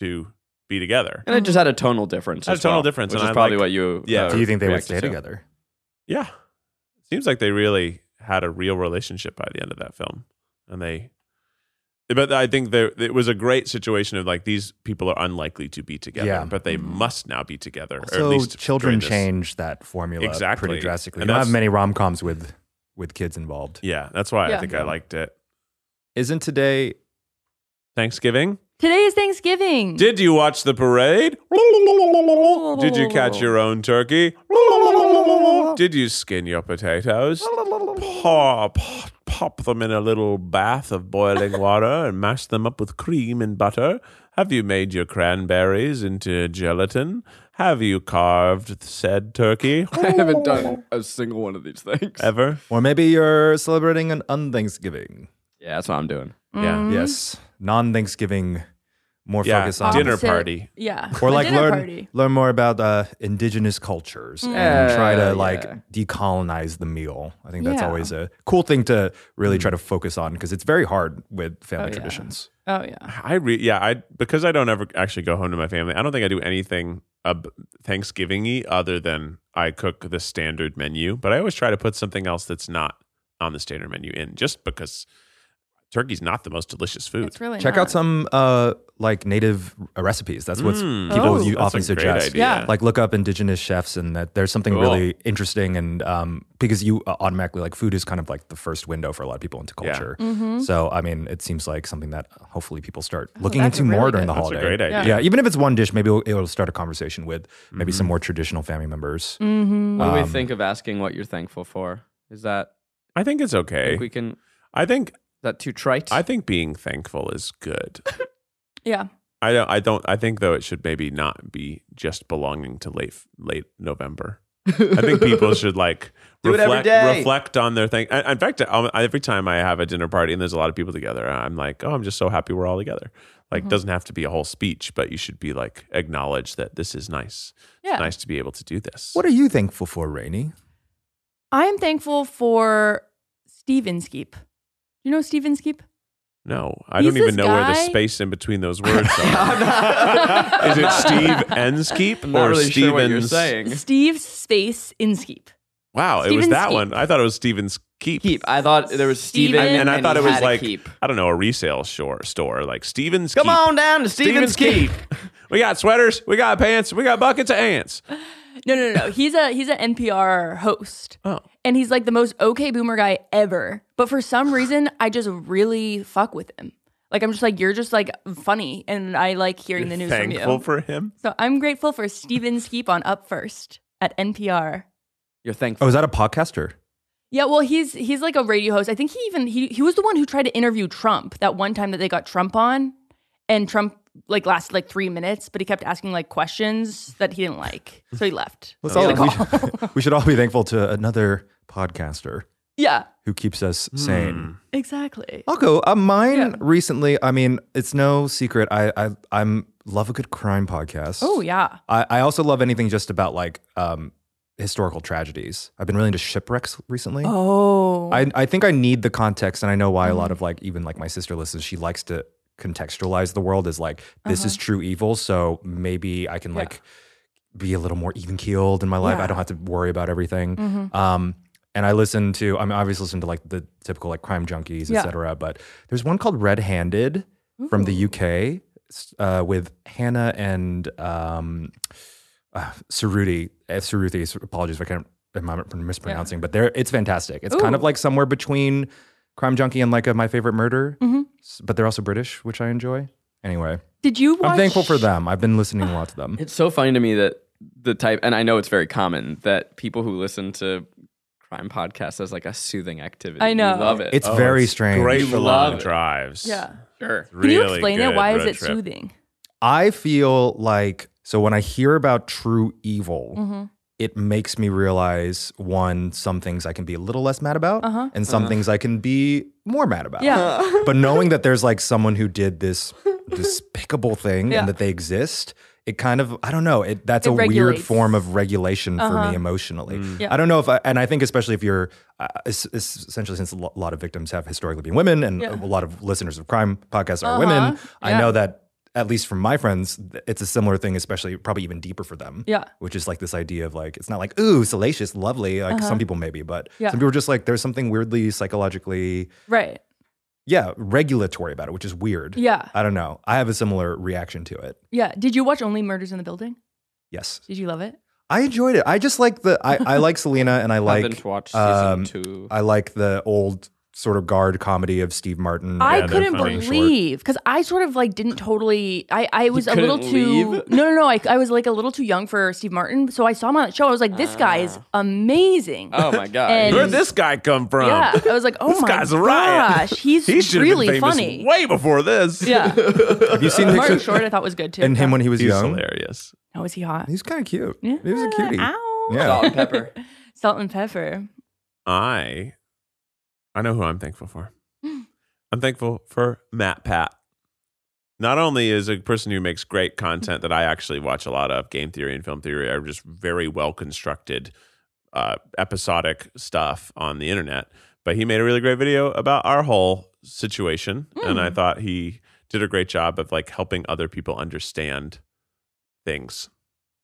S4: to be together.
S5: and it just had a tonal difference.
S4: Had a
S5: as
S4: tonal
S5: well,
S4: difference,
S5: which
S4: and
S5: is
S4: I
S5: probably
S4: like-
S5: what you.
S4: Oh, Yeah.
S5: uh,
S4: I
S3: Do you think they would
S5: reacted
S3: stay
S5: to.
S3: together?
S4: Yeah. Seems like they really had a real relationship by the end of that film. And they but I think there it was a great situation of like these people are unlikely to be together,
S3: Yeah.
S4: but they must now be together. or at
S3: So
S4: least during
S3: children
S4: this-
S3: change that formula
S4: Exactly.
S3: pretty drastically.
S4: And
S3: you don't have
S4: that's-
S3: many rom coms with with kids involved.
S4: Yeah, that's why
S2: Yeah.
S4: I think I liked it.
S3: Isn't today
S4: Thanksgiving?
S2: Today is Thanksgiving.
S4: Did you watch the parade? Did you catch your own turkey? Did you skin your potatoes? Pop, pop, pop them in a little bath of boiling water and mash them up with cream and butter. Have you made your cranberries into gelatin? Have you carved said turkey
S5: I haven't done a single one of these things.
S4: ever?
S3: or maybe you're celebrating an un Thanksgiving.
S5: Yeah, that's what I'm doing.
S4: Yeah.
S3: Yes. Non Thanksgiving Mm-hmm. more
S4: Yeah,
S3: focus on
S4: dinner
S2: Opposite-
S4: party.
S2: Yeah.
S3: Or like
S2: dinner
S3: learn
S2: party.
S3: learn more about uh, indigenous cultures and
S5: Yeah,
S3: try to like
S5: yeah.
S3: decolonize the meal. I think that's
S2: Yeah.
S3: always a cool thing to really
S4: Mm.
S3: try to focus on because it's very hard with family
S2: yeah.
S3: traditions.
S2: Oh yeah.
S4: I re- yeah, I because I don't ever actually go home to my family. I don't think I do anything ab- Thanksgiving-y other than I cook the standard menu, but I always try to put something else that's not on the standard menu in just because turkey's not the most delicious food.
S2: It's really
S3: Check
S2: not.
S3: out some uh, like native r- recipes. That's what
S4: Mm.
S3: people
S2: Oh.
S3: you
S4: That's
S3: often
S4: a great
S3: suggest.
S4: idea.
S2: Yeah.
S3: Like look up indigenous chefs, and that there's something
S4: Cool.
S3: really interesting, and um, because you uh, automatically like food is kind of like the first window for a lot of people into
S4: Yeah.
S3: culture.
S2: Mhm.
S3: So I mean, it seems like something that hopefully people start looking
S2: Oh, that's a
S3: into
S2: really
S3: more
S2: good-
S3: during the
S4: That's
S3: holiday.
S4: a great idea. Mm-hmm.
S3: Yeah, even if it's one dish, maybe it'll, it'll start a conversation with maybe some more traditional family members.
S2: Mm-hmm.
S5: What do we
S3: Um,
S5: think of asking what you're thankful for? Is that
S4: I think it's okay.
S5: think we can? Is
S4: I think
S5: that too trite?
S4: I think being thankful is good.
S2: Yeah.
S4: I don't I don't I think though it should maybe not be just belonging to late late November. I think people should like
S5: Do it every
S4: reflect
S5: day.
S4: reflect on their thing. And- In fact, um, every time I have a dinner party and there's a lot of people together, I'm like, oh, I'm just so happy we're all together. Like,
S5: Mm-hmm.
S4: doesn't have to be a whole speech, but you should be like acknowledge that this is nice.
S2: Yeah.
S4: It's nice to be able to do this.
S3: What are you thankful for, Rainey?
S2: I am thankful for Steven Skeep. You know Steven Skeep?
S4: No, I
S2: He's
S4: don't
S2: this
S4: even know where the
S2: guy-
S4: space in between those words are. Is it Steve Enskeep
S5: I'm
S4: or
S5: not really
S4: Stevens?
S5: sure what you're saying.
S2: Steve Space Inskeep.
S4: Wow, it was
S2: Steven
S4: that
S2: Skeep.
S4: one. I thought it was Stevens Keep.
S5: Keep. I thought there was Steven,
S2: Steven-
S4: And, and I thought
S5: he
S4: it was
S5: had a
S4: like
S5: keep.
S4: I don't know a resale store store like Stevens.
S5: Come
S4: Keep.
S5: on down to Steven's, Keep.
S4: we got sweaters, we got pants, we got buckets of ants.
S2: No, no, no, no. He's a he's an NPR host.
S4: Oh.
S2: And he's like the most okay boomer guy ever. But for some reason, I just really fuck with him. Like I'm just like you're just like funny, and I like hearing the news from
S4: Thankful
S2: you.
S4: for him.
S2: so I'm grateful for Steven Skeep on Up First at NPR.
S5: You're
S3: Oh,
S5: thankful.
S3: is that a podcaster?
S2: Yeah, well, he's he's like a radio host. I think he even he he was the one who tried to interview Trump that one time that they got Trump on, and Trump like lasted like three minutes, but he kept asking like questions that he didn't like, so he left.
S3: Let's
S2: So
S3: all-
S2: he
S3: we,
S2: got-
S3: should, we should all be thankful to another podcaster
S2: yeah,
S3: who keeps
S4: Hmm.
S3: us sane.
S2: exactly.
S3: I'll go. Uh, mine
S2: Yeah.
S3: recently. I mean, it's no secret. I I I'm love a good crime podcast.
S2: Oh yeah,
S3: I, I also love anything just about like um historical tragedies. I've been really into shipwrecks recently.
S2: Oh,
S3: I, I think I need the context, and I know why a
S2: Mm-hmm.
S3: lot of like even like my sister listens. She likes to contextualize the world as like this
S2: Uh-huh.
S3: is true evil, so maybe I can like be a little more even keeled in my life.
S2: Yeah.
S3: I
S2: Mm-hmm.
S3: don't have to worry about everything. Um, and I listen to I mean, I obviously listen to like the typical like crime junkies,
S2: Yeah.
S3: et cetera. But there's one called Red Handed from the UK s- uh, with Hannah and um, uh, Saruti. Uh, Saruthi, s- apologies if I can't. Am I mispronouncing? But there, it's fantastic. It's kind of
S2: Ooh.
S3: like somewhere between Crime Junkie and like a My Favorite Murder,
S2: Mm-hmm.
S3: S- but they're also British, which I enjoy. Anyway,
S2: did you? Watch,
S3: I'm thankful for them. I've been listening a lot to them.
S5: It's so funny to me that the type, and I know it's very common that people who listen to crime podcasts as like a soothing activity.
S2: I
S5: You
S2: know.
S5: love it.
S3: It's very strange.
S4: Oh, Great for
S5: Love
S4: long
S5: it.
S4: drives.
S2: Yeah.
S5: sure.
S2: Can
S4: Really
S2: you explain it?
S4: good
S2: Why is
S4: road
S2: it
S4: trip.
S2: soothing?
S3: I feel like so when I hear about true evil,
S2: hmm
S3: it makes me realize one, some things I can be a little less mad about,
S2: Uh-huh.
S3: and some things I can be more mad about.
S2: Yeah,
S3: but knowing that there's like someone who did this despicable thing
S2: Yeah.
S3: and that they exist it kind of i don't know it that's
S2: It
S3: a weird
S2: regulates.
S3: form of regulation for
S2: Uh-huh.
S3: me emotionally
S2: Yeah.
S3: i don't know if i and i think especially if you're uh, es- es- essentially since a lo- lot of victims have historically been women and
S2: Yeah.
S3: a lot of listeners of crime podcasts
S2: Uh-huh.
S3: are women i
S2: Yeah.
S3: know that at least from my friends th- it's a similar thing especially probably even deeper for them
S2: yeah,
S3: which is like this idea of like it's not like ooh salacious lovely like some people maybe but
S2: Uh-huh. Yeah.
S3: some people are just like there's something weirdly psychologically
S2: right.
S3: yeah, regulatory about it, which is weird.
S2: Yeah,
S3: I don't know. I have a similar reaction to it.
S2: yeah. Did you watch Only Murders in the Building?
S3: Yes.
S2: Did you love it?
S3: I enjoyed it. I just like the I, I like Selena and I like
S5: Haven't watched season
S3: um,
S5: two.
S3: I like the old sort of guard comedy of Steve Martin. uh,
S2: I
S4: Yeah, they're
S2: couldn't
S4: funny.
S2: believe because I sort of like didn't totally. I I was a little
S5: couldn't
S2: too
S5: leave?
S2: no no no. I, I was like a little too young for Steve Martin, so I saw him on that show. I was like, this guy
S4: Ah.
S2: is amazing.
S5: oh my god.
S2: and-
S4: Where'd this guy come from?
S2: yeah, I was like, oh
S4: this
S2: my
S4: guy's a riot.
S2: gosh, he's
S4: he should have
S2: really
S4: been famous
S2: funny.
S4: way before this.
S2: Yeah,
S3: Have you seen
S2: Martin
S3: pictures
S2: Short I thought was good too.
S3: and him when he was
S4: he's
S3: young?
S4: hilarious.
S2: oh, is he hot?
S3: He's kind of cute. He was a cutie.
S2: Ow.
S3: Yeah.
S5: Salt and pepper.
S2: Salt and pepper.
S4: I, I know who I'm thankful for. I'm thankful for Matt Pat. Not only is a person who makes great content that I actually watch a lot of, game theory and film theory are just very well constructed, uh, episodic stuff on the internet, but he made a really great video about our whole situation, and I thought he did a great job of like helping other people understand things.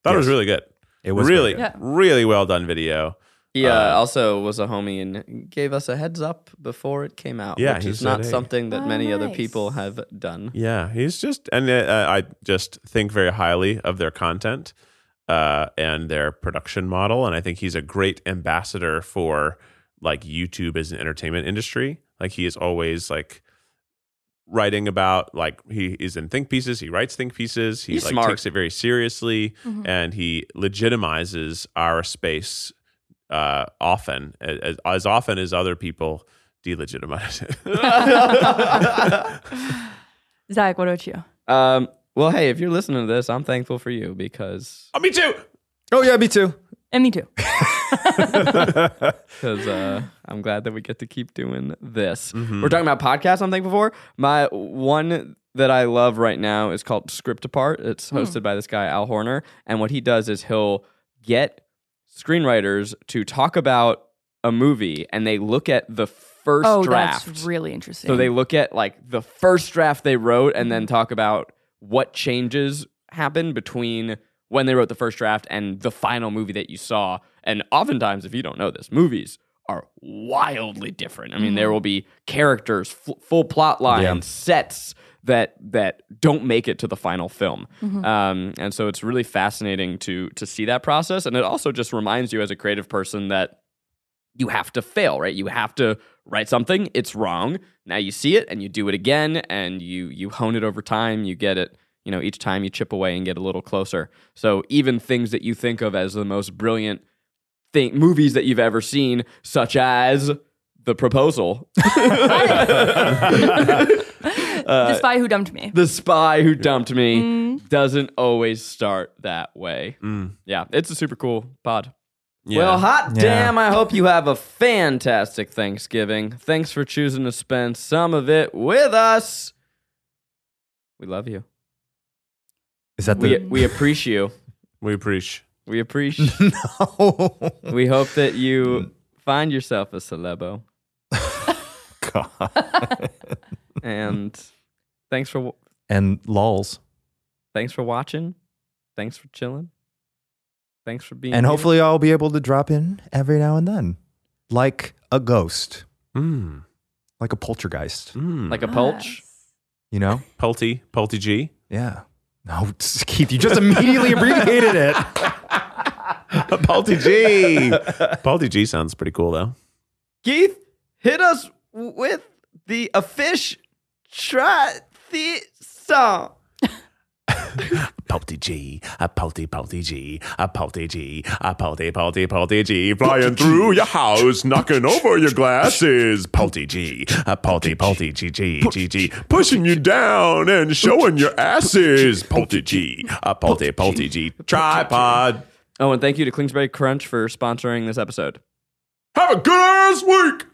S4: Thought it was
S3: Yes.
S4: really good.
S3: It was
S4: really,
S3: very good.
S2: good.
S4: really well done video.
S5: He uh,
S4: Uh,
S5: also was a homie and gave us a heads up before it came out,
S4: Yeah,
S5: which
S4: he
S5: is
S4: said,
S5: not
S4: "Hey."
S5: something that
S2: Oh,
S5: many other
S2: nice.
S5: people have done.
S4: Yeah, he's just, and uh, I just think very highly of their content uh, and their production model. And I think he's a great ambassador for like YouTube as an entertainment industry. Like he is always like writing about like he is in think pieces. He writes think pieces. He
S5: He's
S4: like
S5: smart.
S4: takes it very seriously,
S2: Mhm.
S4: and he legitimizes our space uh, often as, as often as other people delegitimize it.
S2: Zach, what about you?
S5: Um, well, hey, if you're listening to this, I'm thankful for you because
S4: oh, me too.
S3: Oh yeah, me too.
S2: And me too.
S5: because uh, I'm glad that we get to keep doing this.
S2: Mm-hmm.
S5: We're talking about podcasts. I'm thankful for my one that I love right now is called Script Apart. It's
S2: Hmm.
S5: hosted by this guy Al Horner, and what he does is he'll get screenwriters to talk about a movie, and they look at the first
S2: Oh,
S5: draft.
S2: that's really interesting.
S5: So they look at like the first draft they wrote and then talk about what changes happened between when they wrote the first draft and the final movie that you saw. And oftentimes, if you don't know this, movies are wildly different. I mean, there will be characters, f- full plot lines,
S3: Yeah.
S5: sets that that don't make it to the final film. Um, and so it's really fascinating to to see that process. And it also just reminds you as a creative person that you have to fail, right? You have to write something, it's wrong. Now you see it and you do it again and you you hone it over time, you get it, you know, each time you chip away and get a little closer. So even things that you think of as the most brilliant thing movies that you've ever seen, such as The Proposal, uh,
S2: the spy who dumped me.
S5: The Spy Who Dumped Me,
S3: Mm-hmm.
S5: doesn't always start that way.
S4: Mm.
S5: Yeah, it's a super cool pod. Well, hot
S3: Yeah.
S5: damn, I hope you have a fantastic Thanksgiving. Thanks for choosing to spend some of it with us. We love you.
S3: Is that
S5: We,
S3: the?
S5: we appreciate you.
S4: We preach.
S5: We appreciate
S3: Oh,
S5: We hope that you find yourself a celebo. and thanks for wa-
S3: and lols.
S5: thanks for watching. Thanks for chilling. Thanks for being
S3: And
S5: here.
S3: hopefully, I'll be able to drop in every now and then, like a ghost,
S4: Mm.
S3: like a poltergeist.
S4: Mm.
S5: like a pulch.
S3: You know?
S4: Pulty, Pulty G.
S3: Yeah. No, Keith, you just immediately abbreviated it.
S4: Pulty G. Pulty G sounds pretty cool though.
S5: Keith, hit us with the a fish try the song.
S4: Pulty G, a pulty pulty G, a pulty G, a pulty pulty pulty G, flying through your house, knocking over your glasses. Pulty G, a pulty pulty G G G G, pushing you down and showing your asses. Pulty G, a pulty pulty G, tripod.
S5: Oh, and thank you to Kingsbury Crunch for sponsoring this episode.
S4: Have a good ass week.